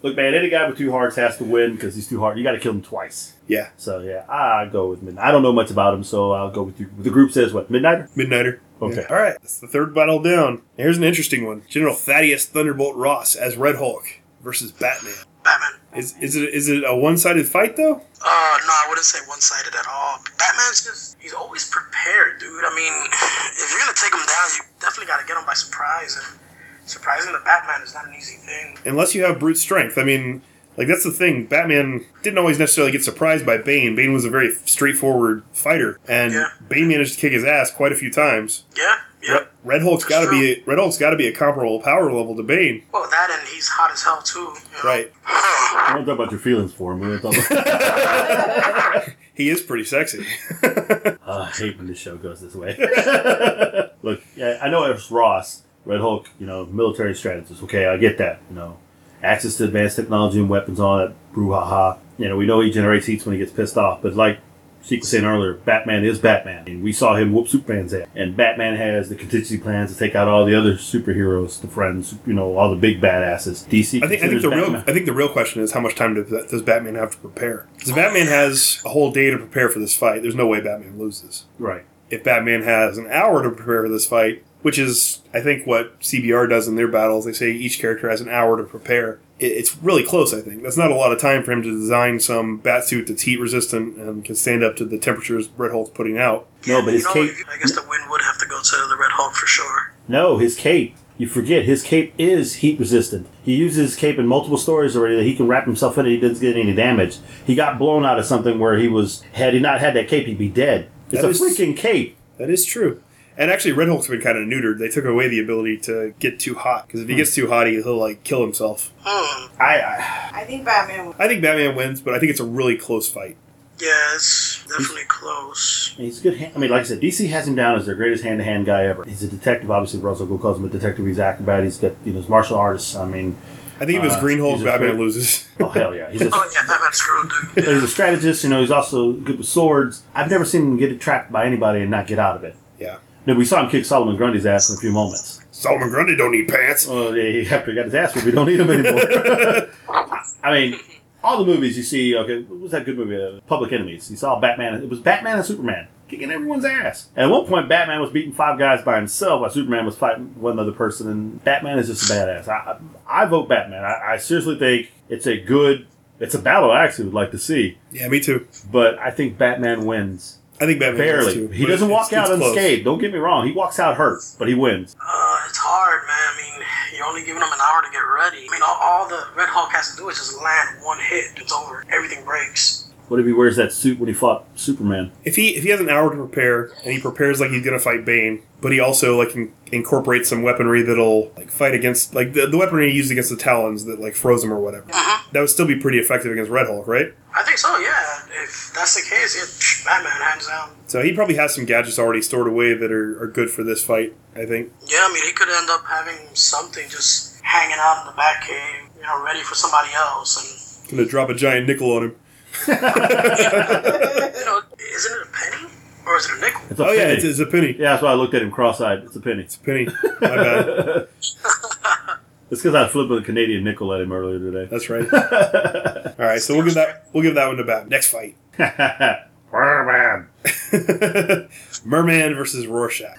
Look, man, any guy with two hearts has to win because he's too hard. You got to kill him twice.
yeah,
So yeah, I go with Midnight. I don't know much about him, so I'll go with you. The group says what? Midnighter.
Midnighter.
Okay.
Yeah. All right, that's the third battle down. Here's an interesting one: General Thaddeus Thunderbolt Ross as Red Hulk versus Batman.
Batman.
Is is it is it a one sided fight though?
Uh, no, I wouldn't say one-sided at all. Batman's just—he's always prepared, dude. I mean, if you're gonna take him down, you definitely gotta get him by surprise. And surprising the Batman is not an easy thing.
Unless you have brute strength. I mean, like that's the thing. Batman didn't always necessarily get surprised by Bane. Bane was a very straightforward fighter, and
Yeah.
Bane managed to kick his ass quite a few times.
Yeah, yeah.
Red Hulk's got to be Red Hulk's got to be a comparable power level to Bane,
Well, that and he's hot as hell too. you know?
right?
I don't talk about your feelings for him. We don't talk about.
He is pretty sexy.
Uh, I hate when the show goes this way. Look, yeah, I know it's Ross, Red Hulk. You know, military strategist. Okay, I get that. You know, access to advanced technology and weapons, all that brouhaha. You know, we know he generates heat when he gets pissed off, but like. Sheik was saying earlier, Batman is Batman, and we saw him whoop Superman's ass. And Batman has the contingency plans to take out all the other superheroes, the friends, you know, all the big badasses. DC.
I think I think the real
Batman.
I think the real question is how much time does, does Batman have to prepare? Because Batman has a whole day to prepare for this fight. There's no way Batman loses.
right.
if Batman has an hour to prepare for this fight, which is, I think, what CBR does in their battles. They say each character has an hour to prepare. It, it's really close, I think. That's not a lot of time for him to design some bat suit that's heat resistant and can stand up to the temperatures Red Hulk's putting out.
No, but
you
his
know,
cape-
if you- I guess the win would have to go to the Red Hulk for sure.
No, his cape. You forget his cape is heat resistant. He uses his cape in multiple stories already that he can wrap himself in it. He doesn't get any damage. He got blown out of something where he was had he not had that cape, he'd be dead. It's
That
a
is-
freaking cape.
That is true. And actually, Red Hulk's been kind of neutered. They took away the ability to get too hot because if he gets too hot, he- he'll like kill himself.
Hmm.
I, I
I think Batman would.
I think Batman wins, but I think it's a really close fight.
Yeah, it's definitely close.
he's a good. Hand, I mean, like I said, DC has him down as their greatest hand-to-hand guy ever. He's a detective, obviously. Russell Gould calls him a detective. He's acrobat. He's got you know, he's martial artist. I mean,
I think if it's
Uh,
Green Hulk,
he's a
Batman
threat.
loses.
oh hell yeah, he's a
Oh yeah, Batman's screwed, dude.
But he's a strategist, you know, he's also good with swords. I've never seen him get trapped by anybody and not get out of it.
yeah.
No, we saw him kick Solomon Grundy's ass in a few moments.
Solomon Grundy don't need pants.
Well, yeah, he- after he got his ass whooped, we don't need him anymore. I mean, all the movies you see, okay, what was that good movie? Uh, Public Enemies. You saw Batman. It was Batman and Superman kicking everyone's ass. And at one point, Batman was beating five guys by himself while Superman was fighting one other person. And Batman is just a badass. I, I I vote Batman. I, I seriously think it's a good, it's a battle I actually would like to see.
Yeah, me too.
But I think Batman wins.
I think Batman wins
Barely.
too.
He
but
doesn't walk
it's-
out
it's close.
unscathed. Don't get me wrong. He walks out hurt, but he wins.
Uh, it's hard, man. I mean, you're only giving him an hour to get ready. I mean, all, all the Red Hulk has to do is just land one hit. It's over. Everything breaks.
What if he wears that suit when he fought Superman?
If he if he has an hour to prepare and he prepares like he's gonna fight Bane, but he also like in, incorporates some weaponry that'll like fight against like the, the weaponry he used against the Talons that like froze him or whatever. That would still be pretty effective against Red Hulk, right?
I think so. Yeah. If that's the case, yeah, psh, Batman hands down.
So he probably has some gadgets already stored away that are, are good for this fight. I think.
Yeah, I mean, he could end up having something just hanging out in the back cave, you know, ready for somebody else. And,
Gonna drop a giant nickel on him.
you know, isn't it a penny? Or is it a nickel?
It's a
Oh yeah,
penny.
it's, it's a penny.
yeah, that's why I looked at him cross-eyed. It's a penny.
It's a penny. My bad.
It's because I flipped a Canadian nickel at him earlier today.
That's right. All right, so we'll give that we'll give that one to Batman. Next fight.
Merman.
Merman versus Rorschach.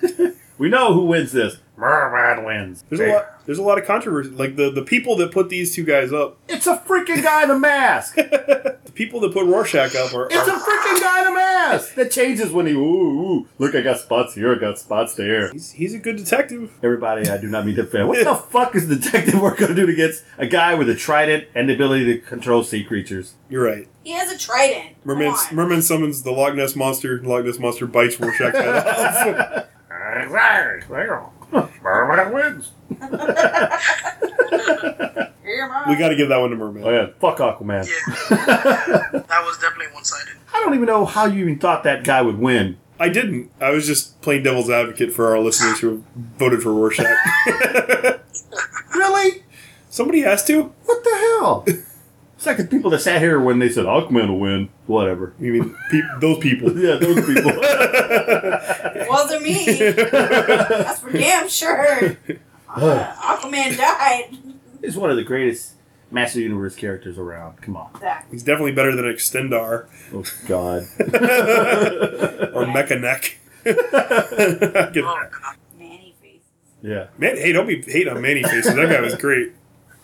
We know who wins this. Merman wins.
There's a lot. There's a lot of controversy. Like the the people that put these two guys up,
It's a freaking guy in a mask. It's
the people that put Rorschach up are,
a
are
freaking guy in a mask that changes when he. Ooh, ooh, look, I got spots here. I got spots there.
he's, he's a good detective.
Everybody, I do not mean to offend. What the fuck is detective work going to do against a guy with a trident and the ability to control sea creatures?
You're right.
He has a trident. Come
Merman
on.
Merman summons the Loch Ness monster. and Loch Ness monster bites Rorschach's head off.
Merman wins.
Here, Mom.
we got to give that one to
Oh
Merman.
yeah, fuck Aquaman.
Yeah. that was definitely one sided.
I don't even know how you even thought that guy would win.
I didn't. I was just playing devil's advocate for our listeners who voted for Rorschach.
Really?
Somebody has to.
What the hell? It's like the people that sat here when they said Aquaman will win. Whatever.
You mean peop those people?
Yeah, those people.
Wasn't me. That's for damn sure. Uh, Aquaman died.
He's one of the greatest Master Universe characters around. Come on.
That-
He's definitely better than Extendar
Oh God.
or Mechaneck. I get
Oh,
that.
God.
Manny faces.
Yeah.
Man, hey, don't be hating on Manny Faces. That guy was great.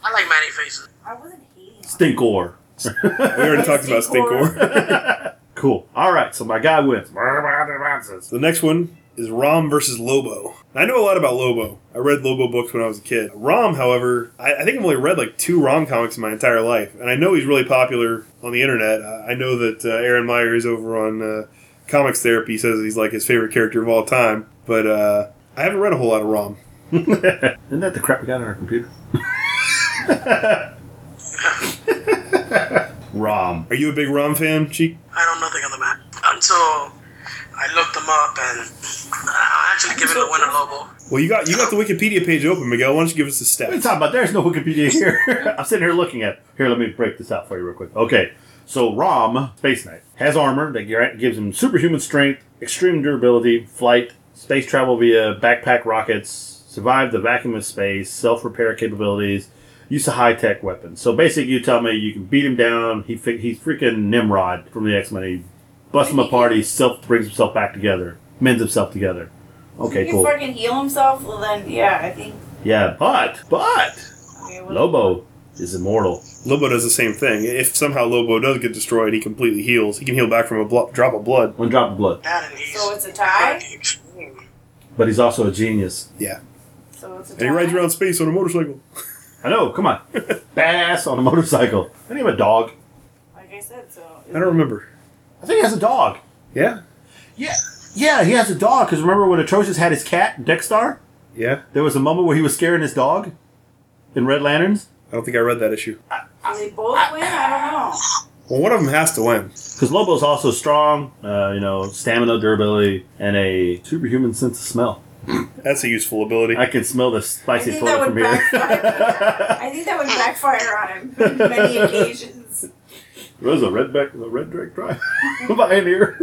I like Manny faces.
I wasn't hating. on
Stinkor.
We already talked about
Stinkor.
Stinkor.
Cool. All right. So my guy wins.
So the next one is Rom versus Lobo. I know a lot about Lobo. I read Lobo books when I was a kid. Rom, however, I, I think I've only read like two Rom comics in my entire life, and I know he's really popular on the internet. I, I know that uh, Aaron Myers over on uh, Comics Therapy says he's like his favorite character of all time, but uh, I haven't read a whole lot of Rom.
Isn't that the crap we got on our computer? Rom.
Are you a big Rom fan, Cheek?
I know nothing on the map until I looked them up and I actually give it a winner Lobo.
Well, you got you got the Wikipedia page open, Miguel. Why don't you give us the
What are you
stats?
talking about? There's no Wikipedia here. I'm sitting here looking at. Here, let me break this out for you real quick. Okay, so Rom, Space Knight, has armor that gra- gives him superhuman strength, extreme durability, flight, space travel via backpack rockets, survive the vacuum of space, self repair capabilities, use of high tech weapons. So basically, you tell me you can beat him down. He fi- he's freaking Nimrod from the X Men. He busts him apart. He self brings himself back together, mends himself together.
If
Okay,
he
cool.
can fucking heal himself, well then, yeah, I think.
Yeah, but but
Okay, well,
Lobo is immortal.
Lobo does the same thing. If somehow Lobo does get destroyed, he completely heals. He can heal back from a blo- drop of blood.
One drop of blood.
That and he's
So it's a tie?
pretty extreme.
But he's also a genius.
Yeah.
So it's a
And he rides
tie.
around space on a motorcycle.
I know. Come on, badass on a motorcycle. I think he have a dog.
Like I said, so.
I don't remember.
I think he has a dog.
Yeah.
Yeah, yeah, he has a dog. Because remember when Atrocious had his cat Dexstar?
Yeah.
There was a moment where he was scaring his dog in Red Lanterns
I don't think I read that issue.
Do they both win? I don't know.
Well, one of them has to win.
because Lobo's also strong. Uh, you know, stamina, durability, and a superhuman sense of smell.
That's a useful ability.
I can smell the
I
spicy
think that
flow
would
from here.
backfire. I think that would backfire on him on many occasions.
It was a redback, a red drag drive pioneer.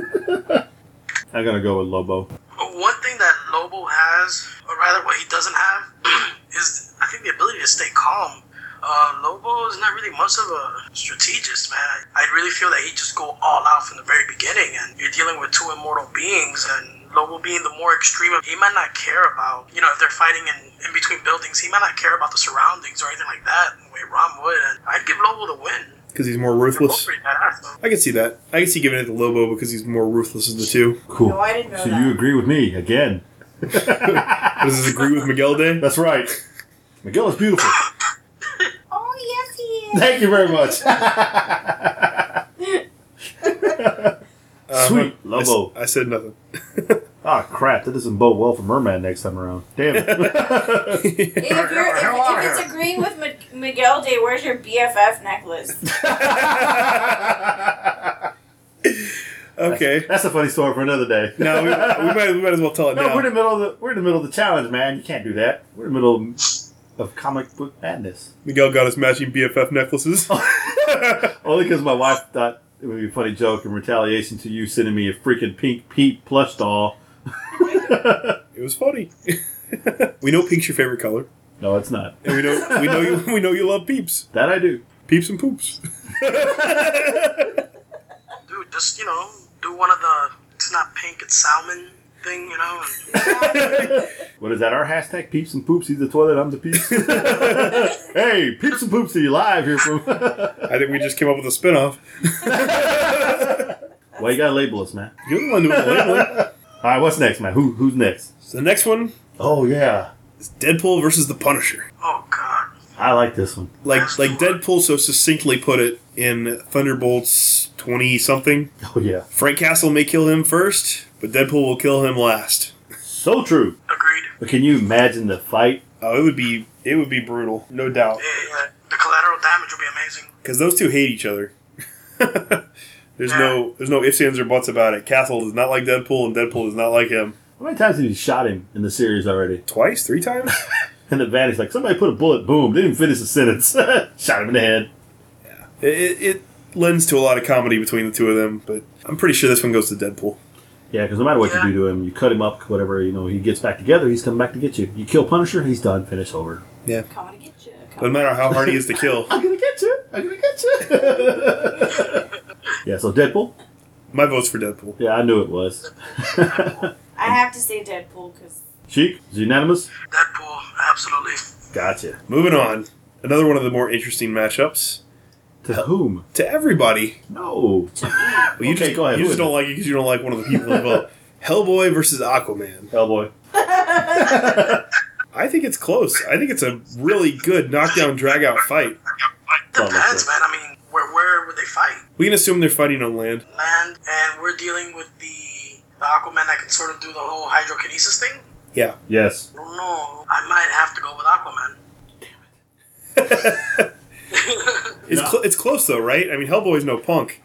I'm gonna go with Lobo.
One thing that Lobo has, or rather what he doesn't have, is I think the ability to stay calm. Uh, Lobo is not really much of a strategist, man. I, I really feel that he just go all out from the very beginning, and you're dealing with two immortal beings, and Lobo being the more extreme, of, he might not care about, you know, if they're fighting in, in between buildings, he might not care about the surroundings or anything like that, the way Rom would. And I'd give Lobo the win.
Because he's more
They're both
ruthless.
pretty badass, though.
I can see that. I can see giving it to Lobo because he's more ruthless of the two.
Cool.
No, I didn't know
so
that.
you agree with me again?
Does this agree with Miguel Day?
That's right. Miguel is beautiful.
Oh yes, he is.
Thank you very much.
Uh,
Sweet
I s-
Lobo.
I, said nothing.
Ah, crap. That doesn't bode well for Merman next time around. Damn it.
If, you're, if, if it's agreeing with M- Miguel Day, where's your BFF necklace?
Okay.
That's a funny story for another day.
Now we, we, might, we might as well tell it
No,
now.
we're in the middle of the we're in the middle of the challenge, man. You can't do that. We're in the middle of comic book madness.
Miguel got us matching BFF necklaces.
Only because my wife thought it would be a funny joke in retaliation to you sending me a freaking pink Pete plush doll.
It was funny. we know pink's your favorite color,
No, it's not.
and we know we know you we know you love peeps,
That I do.
peeps and poops.
Dude, just, you know, do one of the, it's not pink, it's salmon thing, you know? and-
What is that? Our hashtag peeps and poops. He's the toilet. I'm the peeps. hey, peeps and poopsy live here from.
I think we just came up with a spinoff.
Why you gotta label us, man?
You're the one doing the labeling.
All right, what's next, man? Who who's next?
So the next one
Oh yeah,
is Deadpool versus the Punisher.
Oh, God.
I like this one.
Like like Deadpool so succinctly put it in Thunderbolts twenty something.
Oh yeah,
Frank Castle may kill him first, but Deadpool will kill him last.
so true.
Agreed.
But can you imagine the fight?
Oh, it would be it would be brutal, no doubt,
Yeah, yeah, The collateral damage would be amazing.
because those two hate each other. there's no there's no ifs ands or buts about it. Castle does not like Deadpool, and Deadpool does not like him.
How many times have you shot him in the series already?
Twice, three times.
And the van is like, somebody put a bullet. Boom! Didn't even finish the sentence. shot him in the head.
it, it, it lends to a lot of comedy between the two of them, but I'm pretty sure this one goes to Deadpool.
Yeah, because no matter what
Yeah.
you do to him, you cut him up, whatever. You know, he gets back together. He's coming back to get you. You kill Punisher. He's done. Finish over.
Coming to get you.
No matter how hard he is to kill,
I'm gonna get you. I'm gonna get you. yeah. So Deadpool.
my vote's for Deadpool.
Yeah, I knew it was.
I have to say Deadpool because
Sheik is unanimous.
Deadpool, absolutely.
Gotcha.
Moving on, another one of the more interesting matchups
To whom?
to everybody.
No.
to me,
Well, you
Okay,
just,
go ahead.
You
Who is
just don't like it because you don't like one of the people involved. Hellboy versus Aquaman.
Hellboy.
I think it's close. I think it's a really good knockdown drag out fight.
Probably
Depends,
so.
man. I mean, where where would they fight?
We can assume they're fighting on land.
Land, and we're dealing with the, the Aquaman that can sort of do the whole hydrokinesis thing.
Yes.
I don't know. I might have to go with Aquaman.
It's
No.
cl- it's close though, right? I mean, Hellboy's no punk.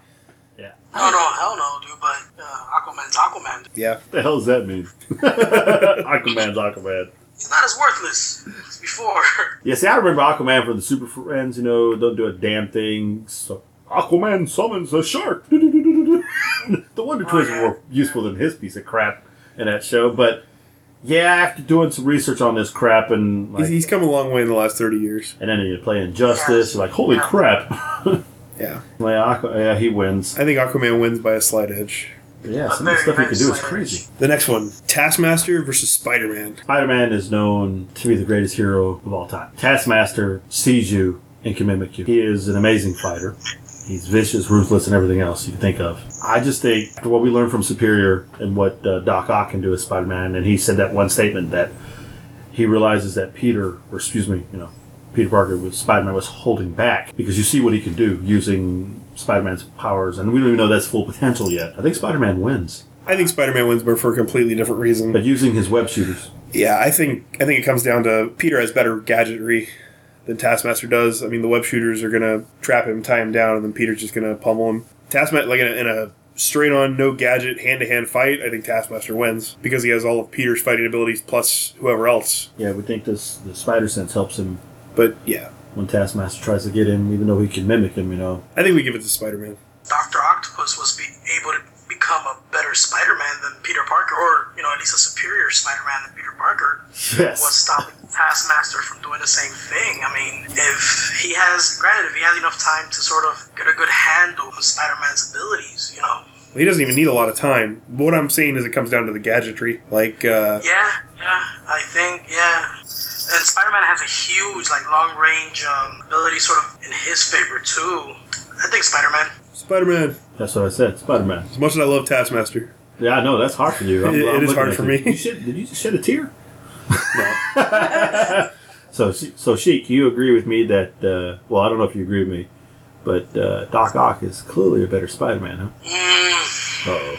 Yeah.
No, no, hell no, dude. But uh, Aquaman's Aquaman.
Yeah.
What the hell does that mean? Aquaman's Aquaman.
He's not as worthless as before.
Yeah, see, I remember Aquaman from the Super Friends, you know, don't do a damn thing. So Aquaman summons a shark. the Wonder Twins were more useful than his piece of crap in that show, but yeah, after doing some research on this crap and like,
He's, he's come a long way in the last thirty years.
and then you play Injustice, you're like, holy crap.
Yeah.
Like, Aqua- yeah, he wins.
I think Aquaman wins by a slight edge.
Yeah, some of the stuff he can do is crazy.
The next one, Taskmaster versus Spider Man.
Spider Man is known to be the greatest hero of all time. Taskmaster sees you and can mimic you. He is an amazing fighter. He's vicious, ruthless, and everything else you can think of. I just think after what we learned from Superior and what uh, Doc Ock can do as Spider Man, and he said that one statement that he realizes that Peter, or excuse me, you know, Peter Parker with Spider Man was holding back because you see what he can do using Spider Man's powers, and we don't even know that's full potential yet. I think Spider Man wins,
I think Spider-Man wins, but for a completely different reason.
but using his web shooters.
Yeah, I think I think it comes down to Peter has better gadgetry than Taskmaster does. I mean, the web shooters are gonna trap him, tie him down, and then Peter's just gonna pummel him. Taskmaster, like in a, in a straight-on, no gadget, hand-to-hand fight, I think Taskmaster wins because he has all of Peter's fighting abilities plus whoever else.
Yeah, we think this the spider sense helps him
But yeah,
when Taskmaster tries to get in, even though he can mimic him. You know,
I think we give it to Spider-Man.
Doctor Octopus was be able to become a better Spider-Man than Peter Parker, or you know at least a superior Spider-Man than Peter Parker. What's stopping Taskmaster from doing the same thing? I mean, if he has, granted, if he has enough time to sort of get a good handle on Spider-Man's abilities, you know,
He doesn't even need a lot of time. What I'm saying is, it comes down to the gadgetry. Like, uh,
Yeah, yeah, I think, yeah. And Spider Man has a huge, like, long range um, ability sort of in his favor, too. I think Spider Man.
Spider-Man.
that's what I said, Spider Man.
As much as I love Taskmaster,
Yeah, I know that's hard for you.
It- it is
looking
hard
at
for
you.
me.
You shed, did you just shed a tear?
no.
So, so Sheik, you agree with me that? Uh, well, I don't know if you agree with me, but uh, Doc Ock is clearly a better Spider-Man, huh?
Mm,
Uh-oh.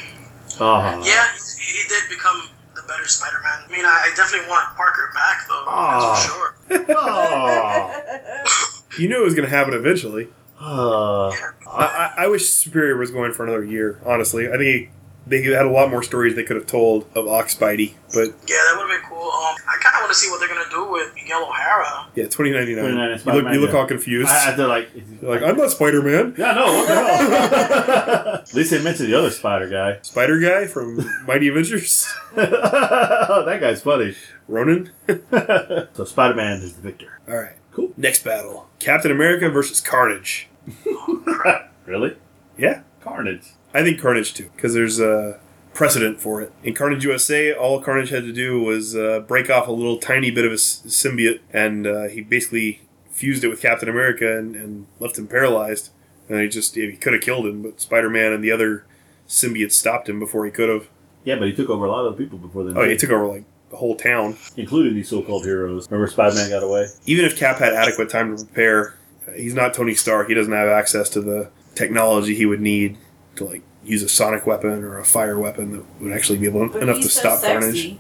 Oh.
yeah, he he did become the better Spider Man. I mean, I, I definitely want Parker back, though. That's for
Aw.
sure.
Oh.
You knew it was gonna happen eventually.
Uh,
I, I I wish Superior was going for another year. Honestly, I think they had a lot more stories they could have told of Ox Spidey, but
Yeah, that would have been cool. Um, I kind of want to see what they're going to do with Miguel O'Hara.
yeah, twenty ninety nine.
29
You look, you look
Spider-Man,
all confused.
I had to like,
You're like oh. I'm not Spider Man,
yeah, no, what the hell? At least they mentioned the other Spider guy.
Spider Guy from Mighty Avengers,
that guy's funny.
Ronan.
So Spider-Man is the victor.
All right,
Cool.
Next battle: Captain America versus Carnage.
Really?
Yeah,
Carnage.
I think Carnage too, because there's a precedent for it. In Carnage USA, all Carnage had to do was uh, break off a little tiny bit of a s- symbiote, and uh, he basically fused it with Captain America and, and left him paralyzed. And he just he could have killed him, but Spider Man and the other symbiote stopped him before he could have.
Yeah, but he took over a lot of people before then,
Oh, he took over like the whole town.
including these so-called heroes. Remember, Spider-Man got away.
Even if Cap had adequate time to prepare, uh, he's not Tony Stark. He doesn't have access to the technology he would need to like use a sonic weapon or a fire weapon that would actually be able
But
enough
he's
to
so
stop
sexy.
Carnage.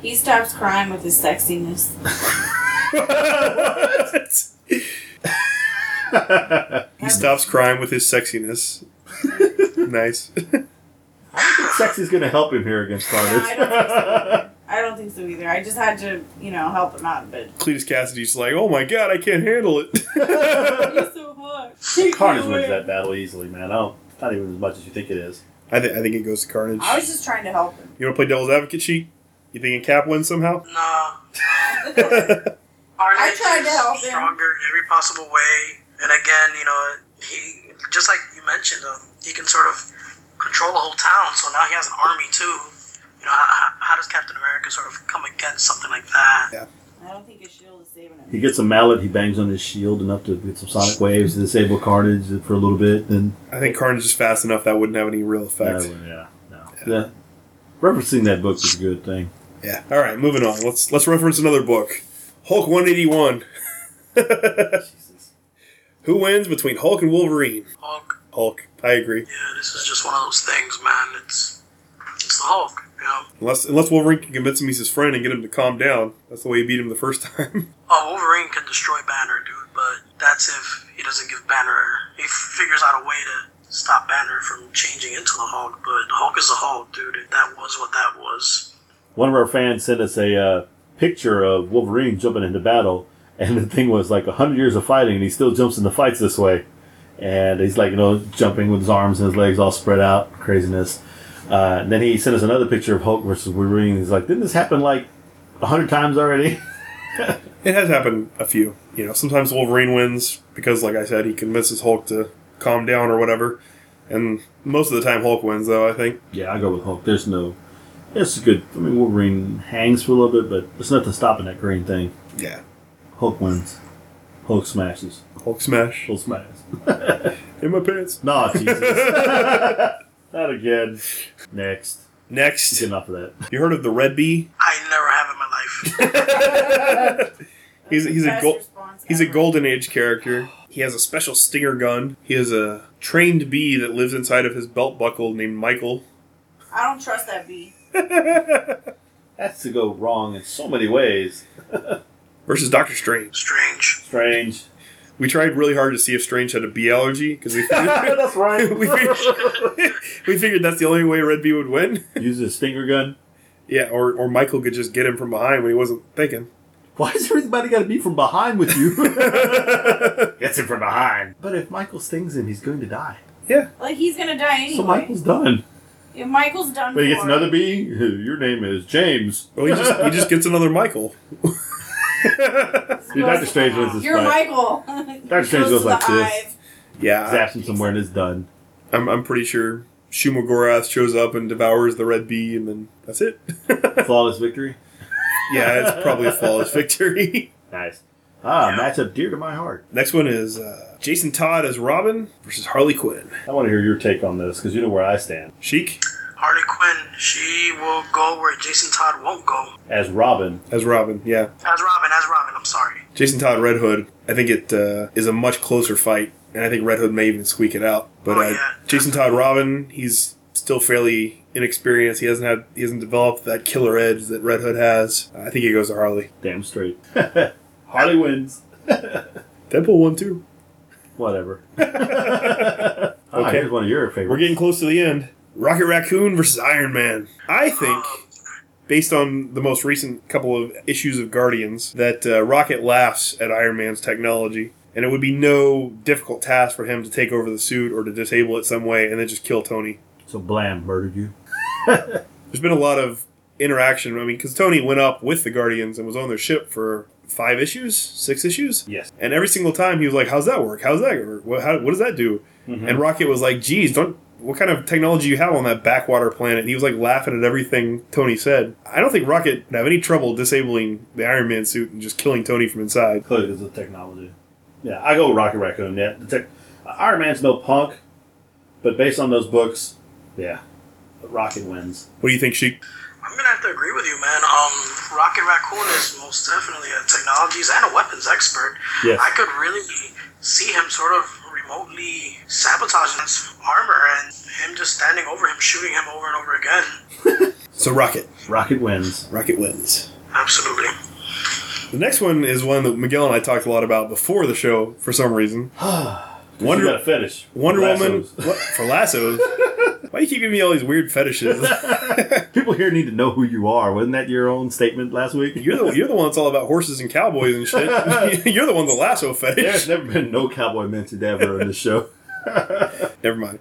He stops crime with his sexiness.
he stops crime with his sexiness. nice.
Sexy's gonna help him here against Carnage.
I don't think I don't think so either. I just had to, you know, help him out a bit.
Cletus Cassidy's like, oh my god, I can't handle it.
You're so hot.
Carnage wins that battle easily, man. I don't, not even as much as you think it is.
I, th- I think it goes to Carnage.
I was just trying to help him.
You want to play devil's advocate, Sheik? You thinking Cap wins somehow?
Nah.
yeah,
Arnett
tried to
is
help him.
stronger in every possible way. And again, you know, he just like you mentioned, um, he can sort of control a whole town. So now he has an army too. You know, how, how does Captain America sort of come against something like that?
I don't think his shield is saving him.
He gets a mallet, he bangs on his shield enough to get some sonic waves to disable Carnage for a little bit, then
I think Carnage is fast enough that wouldn't have any real effect.
Yeah, yeah, no. Yeah. Referencing that book is a good thing.
Yeah. All right, moving on. Let's let's reference another book. Hulk 181. Who wins between Hulk and Wolverine?
Hulk.
Hulk. I agree.
Yeah, this is just one of those things, man. It's it's the Hulk. You know,
Unless unless Wolverine can convince him he's his friend and get him to calm down. That's the way he beat him the first time.
oh, Wolverine can destroy Banner, dude. But that's if he doesn't give Banner. He figures out a way to stop Banner from changing into the Hulk. But Hulk is a Hulk, dude. That was what that was.
One of our fans sent us a uh, picture of Wolverine jumping into battle, and the thing was like 100 years of fighting, and he still jumps into fights this way. And he's like, you know, jumping with his arms and his legs all spread out, craziness. Uh, and then he sent us another picture of Hulk versus Wolverine. He's like, didn't this happen like 100 times already?
it has happened a few. You know, sometimes Wolverine wins because, like I said, he convinces Hulk to calm down or whatever. And most of the time, Hulk wins, though. I think.
Yeah, I go with Hulk. There's no. It's good. I mean, Wolverine hangs for a little bit, but there's nothing stopping that green thing.
Yeah.
Hulk wins. Hulk smashes.
Hulk smash
Hulk smashes.
in my pants.
Nah, Jesus. Not again. Next.
Next,
Enough of that.
you heard of the Red Bee?
I never have in my life.
he's he's a
Best
gold.
response
He's a
ever.
golden age character. He has a special stinger gun. He has a trained bee that lives inside of his belt buckle named Michael.
I don't trust that bee.
That's to go wrong in so many ways.
Versus Doctor Strange.
Strange.
Strange.
We tried really hard to see if Strange had a bee allergy because we figured,
That's right.
we, figured, we figured that's the only way Red Bee would win.
Uses a stinger gun.
Yeah, or, or Michael could just get him from behind when he wasn't thinking.
Why is everybody got to be from behind with you? Gets him from behind. But if Michael stings him, he's going to die.
Like he's gonna die anyway.
So Michael's done.
Yeah, Michael's done.
But he gets
for.
another bee. Your name is James.
well, he just he just gets another Michael.
Dude, Doctor Strange wins this
You're
fight.
Michael.
Doctor Strange
Goes
goes
to
like
the
this.
hive.
Yeah,
Zaps him somewhere and it's done.
I'm, I'm pretty sure Shumagorath shows up and devours the Red Bee, and then that's it.
Flawless victory.
yeah, it's probably a flawless victory.
Nice. Ah,
Yeah.
matchup dear to my heart.
Next one is uh, Jason Todd as Robin versus Harley Quinn.
I want to hear your take on this because you know where I stand.
Sheik
Harley Quinn, she will go where Jason Todd won't go.
As Robin,
as Robin, yeah.
As Robin, as Robin, I'm sorry.
Jason Todd Red Hood. I think it uh, is a much closer fight, and I think Red Hood may even squeak it out. But
Oh,
uh,
yeah.
Jason Todd Robin, he's still fairly inexperienced. He hasn't had he hasn't developed that killer edge that Red Hood has. I think he goes to Harley.
damn straight. Harley wins.
Deadpool one too.
Whatever. okay, here's one of your
We're
favorites.
getting close to the end. Rocket Raccoon versus Iron Man. I think,
Uh,
based on the most recent couple of issues of Guardians, that uh, Rocket laughs at Iron Man's technology, and it would be no difficult task for him to take over the suit or to disable it some way and then just kill Tony.
So Blam murdered you.
There's been a lot of interaction. I mean, because Tony went up with the Guardians and was on their ship for five issues, six issues.
Yes.
And every single time he was like, "How's that work? How's that? Work? What, how, what does that do?"
Mm-hmm.
And Rocket was like, "Geez, don't what kind of technology you have on that backwater planet?" And he was like laughing at everything Tony said. I don't think Rocket would have any trouble disabling the Iron Man suit and just killing Tony from inside.
Clearly, because of technology. Yeah, I go with Rocket Raccoon. Yeah, the tech- Iron Man's no punk, but based on those books, yeah, Rocket wins.
What do you think, Sheik?
I'm gonna have to agree with you, man. Um, Rocket Raccoon is most definitely a technologies and a weapons expert.
Yes.
I could really see him sort of remotely sabotaging his armor and him just standing over him, shooting him over and over again.
So Rocket,
Rocket wins.
Rocket wins.
Absolutely.
The next one is one that Miguel and I talked a lot about before the show for some reason.
Wonder
Wonder-
got to finish.
Wonder Woman
Lassos.
what, for lassos. Why do you keep giving me all these weird fetishes?
People here need to know who you are. Wasn't that your own statement last week?
You're the you're the one that's all about horses and cowboys and shit. you're the one with the lasso
There's
fetish.
never been no cowboy mentioned ever in the show.
Never mind.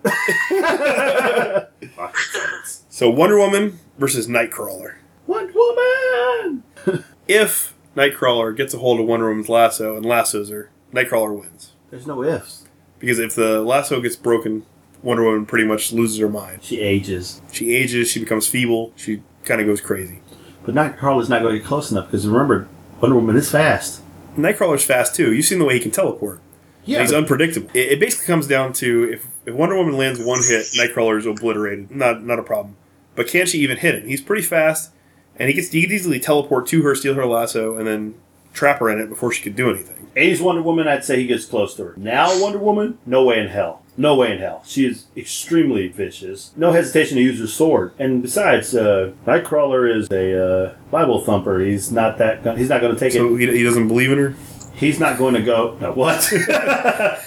So Wonder Woman versus Nightcrawler.
One woman.
If Nightcrawler gets a hold of Wonder Woman's lasso and lassos her, Nightcrawler wins.
There's no ifs.
Because if the lasso gets broken, Wonder Woman pretty much loses her mind.
She ages,
She ages, she becomes feeble, she kind of goes crazy.
but not Carla's not going to get close enough because remember, Wonder Woman is fast.
Nightcrawler's fast too. You've seen the way he can teleport.
Yeah,
He's unpredictable. It, it basically comes down to if, if Wonder Woman lands one hit, Nightcrawler is obliterated. Not not a problem. But can she even hit him? He's pretty fast, and he gets he could easily teleport to her, steal her lasso, and then trap her in it before she could do anything.
A's Wonder Woman, I'd say he gets close to her. Now Wonder Woman, no way in hell. No way in hell. She is extremely vicious. No hesitation to use her sword. And besides, uh, Nightcrawler is a uh, Bible thumper. He's not that. Gun- he's not going to take
So
it.
he, he doesn't believe in her.
He's not going to go. No, what?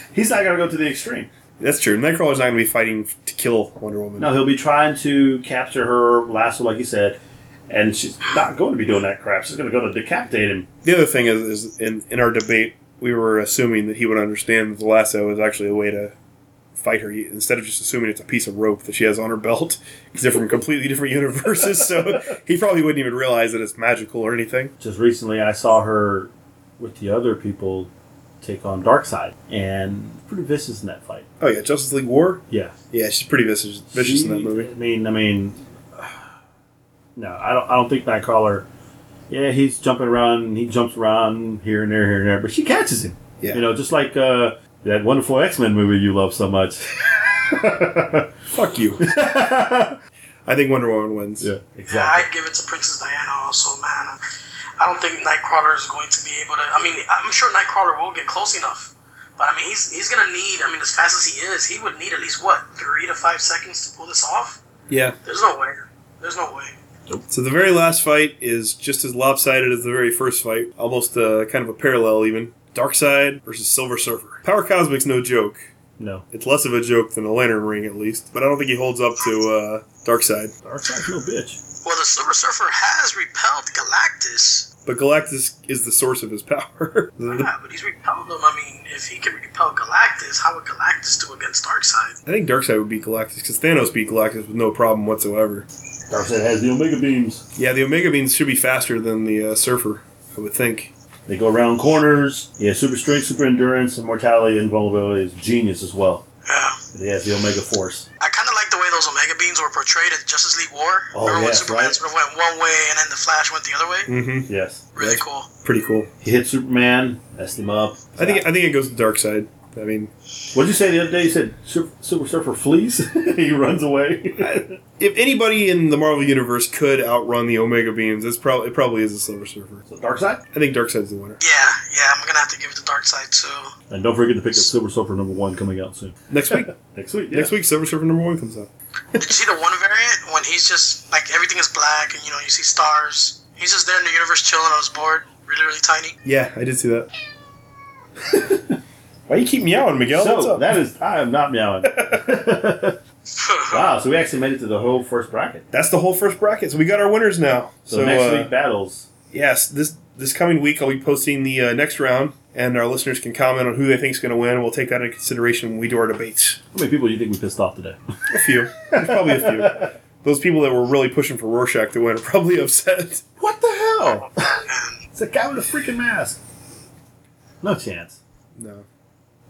he's not going to go to the extreme.
That's true. Nightcrawler's not going to be fighting f- to kill Wonder Woman.
No, he'll be trying to capture her lasso, like you said, and she's not going to be doing that crap. She's going to go to decapitate him.
The other thing is, is in in our debate, we were assuming that he would understand that the lasso is actually a way to fight her instead of just assuming it's a piece of rope that she has on her belt because they're from completely different universes so he probably wouldn't even realize that it's magical or anything
Just recently, I saw her with the other people take on Darkseid, and pretty vicious in that fight.
Oh yeah, Justice League War.
Yeah,
Yeah, she's pretty vicious, vicious in that
She- I
movie.
mean, I mean, no, I don't. I don't think Nightcrawler. Yeah, he's jumping around. and He jumps around here and there, here and there, but she catches him.
Yeah.
You know, just like uh, that wonderful X Men movie you love so much.
Fuck you. I think Wonder Woman wins.
yeah,
Yeah, I'd give it to Princess Diana also, man. I don't think Nightcrawler is going to be able to. I mean, I'm sure Nightcrawler will get close enough, but I mean, he's he's gonna need. I mean, as fast as he is, he would need at least what three to five seconds to pull this off.
Yeah.
There's no way. There's no way.
So the very last fight is just as lopsided as the very first fight, almost uh, kind of a parallel even. Darkseid versus Silver Surfer. Power Cosmic's no joke.
No.
It's less of a joke than a lantern ring, at least. But I don't think he holds up to uh, Darkseid.
Darkseid's no bitch.
Well, the Silver Surfer has repelled Galactus.
But Galactus is the source of his power.
Mm-hmm.
The- the-
Yeah, but he's repelled him. I mean, if he can repel Galactus, how would Galactus do against Darkseid?
I think Darkseid would beat Galactus because Thanos beat Galactus with no problem whatsoever.
Darkseid has the Omega Beams.
Yeah, the Omega Beams should be faster than the uh, Surfer, I would think.
They go around corners. He has super strength, super endurance, immortality, and vulnerability. He's genius as well.
Yeah.
He has the Omega Force.
I kind of like the way those Omega Beams were portrayed at Justice League War.
Oh,
Remember when
yes,
Superman
right.
sort of went one way and then the Flash went the other way?
Mm-hmm.
Yes.
Really
Yes.
cool.
Pretty cool.
He hit Superman, messed him up.
I think I think it goes to Darkseid. I mean,
What'd you say the other day? You said Super, Super Surfer flees. he runs away.
if anybody in the Marvel universe could outrun the Omega Beams, it's probably it probably is the Silver Surfer.
so Darkseid.
I think Darkseid's the winner.
Yeah, yeah, I'm gonna have to give it to Darkseid too.
And don't forget to pick up Silver Surfer number one coming out soon.
Next week,
Next week.
next week, Silver Surfer number one comes out.
Did you see the one variant when he's just like everything is black and you know you see stars? He's just there in the universe chilling on his board, really, really tiny.
Yeah, I did see that. Why you keep meowing, Miguel? What's
So
up?
that is, I am not meowing. wow, so we actually made it to the whole first bracket.
That's the whole first bracket. So we got our winners now.
So, next
uh,
week battles.
yes, this this coming week I'll be posting the uh, next round, and our listeners can comment on who they think's going to win. We'll take that into consideration when we do our debates.
How many people do you think we pissed off today?
A few, There's probably a few. Those people that were really pushing for Rorschach to win are probably upset.
What the hell?
And
It's a guy with a freaking mask. No chance.
No,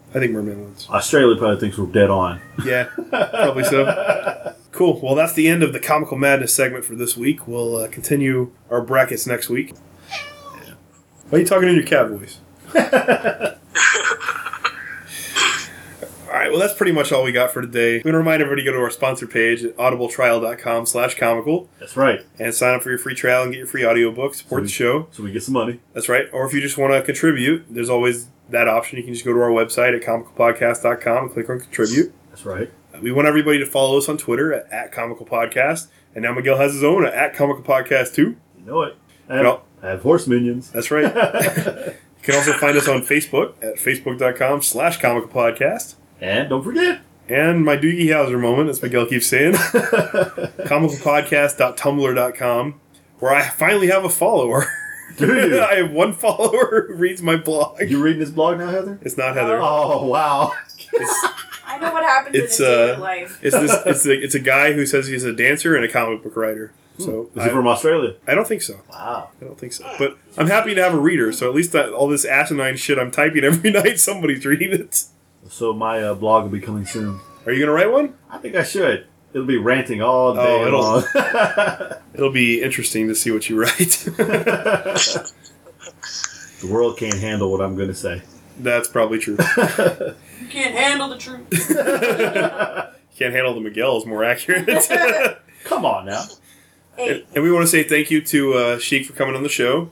I think Merman wins.
Australia probably thinks we're dead on.
Yeah, probably so. Cool. Well, that's the end of the comical madness segment for this week. We'll uh, continue our brackets next week. Why are you talking in your cat voice? All right, well, that's pretty much all we got for today. We want to remind everybody to go to our sponsor page at audibletrial.com slash comical
That's right.
and sign up for your free trial and get your free audiobook. Support the show.
So we get some money.
That's right. Or if you just want to contribute, there's always that option. You can just go to our website at comicalpodcast.com and click on contribute.
That's right.
We want everybody to follow us on Twitter at, at Comical Podcast. And now Miguel has his own at, Comical Podcast too.
You know it. I have,
No.
I have horse minions.
That's right. you can also find us on Facebook at facebook.com slash comical podcast.
And don't forget.
And my Doogie Howser moment, as Miguel keeps saying, comicalpodcast.tumblr.com, where I finally have a follower.
Dude,
I have one follower who reads my blog.
you reading this blog now, Heather?
It's not Heather.
Oh, wow.
It's,
I know what happens
It's,
in a daily
uh,
life.
it's this. It's a, it's a guy who says he's a dancer and a comic book writer. So
Is
I,
it from Australia?
I don't think so.
Wow.
I don't think so. But I'm happy to have a reader, so at least that, all this asinine shit I'm typing every night, somebody's reading it.
So my uh, blog will be coming soon.
Are you going to write one?
I think I should. It'll be ranting all day
Oh, it'll-
long.
It'll be interesting to see what you write.
the world can't handle what I'm going to say.
That's probably true.
You can't handle the truth.
Can't handle the Miguel is more accurate.
Come on now.
Hey,
and we want to say thank you to uh, Sheik for coming on the show.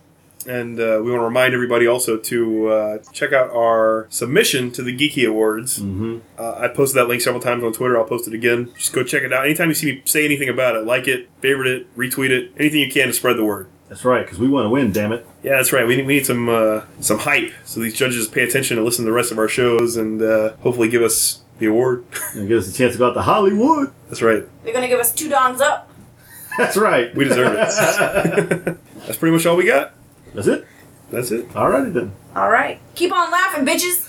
And uh, we want to remind everybody also to uh, check out our submission to the Geeky Awards.
Mm-hmm.
Uh, I posted that link several times on Twitter. I'll post it again. Just go check it out. Anytime you see me say anything about it, like it, favorite it, retweet it, anything you can to spread the word.
That's right, because we want to win, damn it.
Yeah, that's right. We need, we need some uh, some hype so these judges pay attention and listen to the rest of our shows and uh, hopefully give us the award.
And give us a chance to go out to Hollywood.
That's right.
they're gonna give us two dons up.
That's right.
We deserve it. that's pretty much all we got.
That's it.
That's it.
Alrighty then.
All right. Keep on laughing, bitches.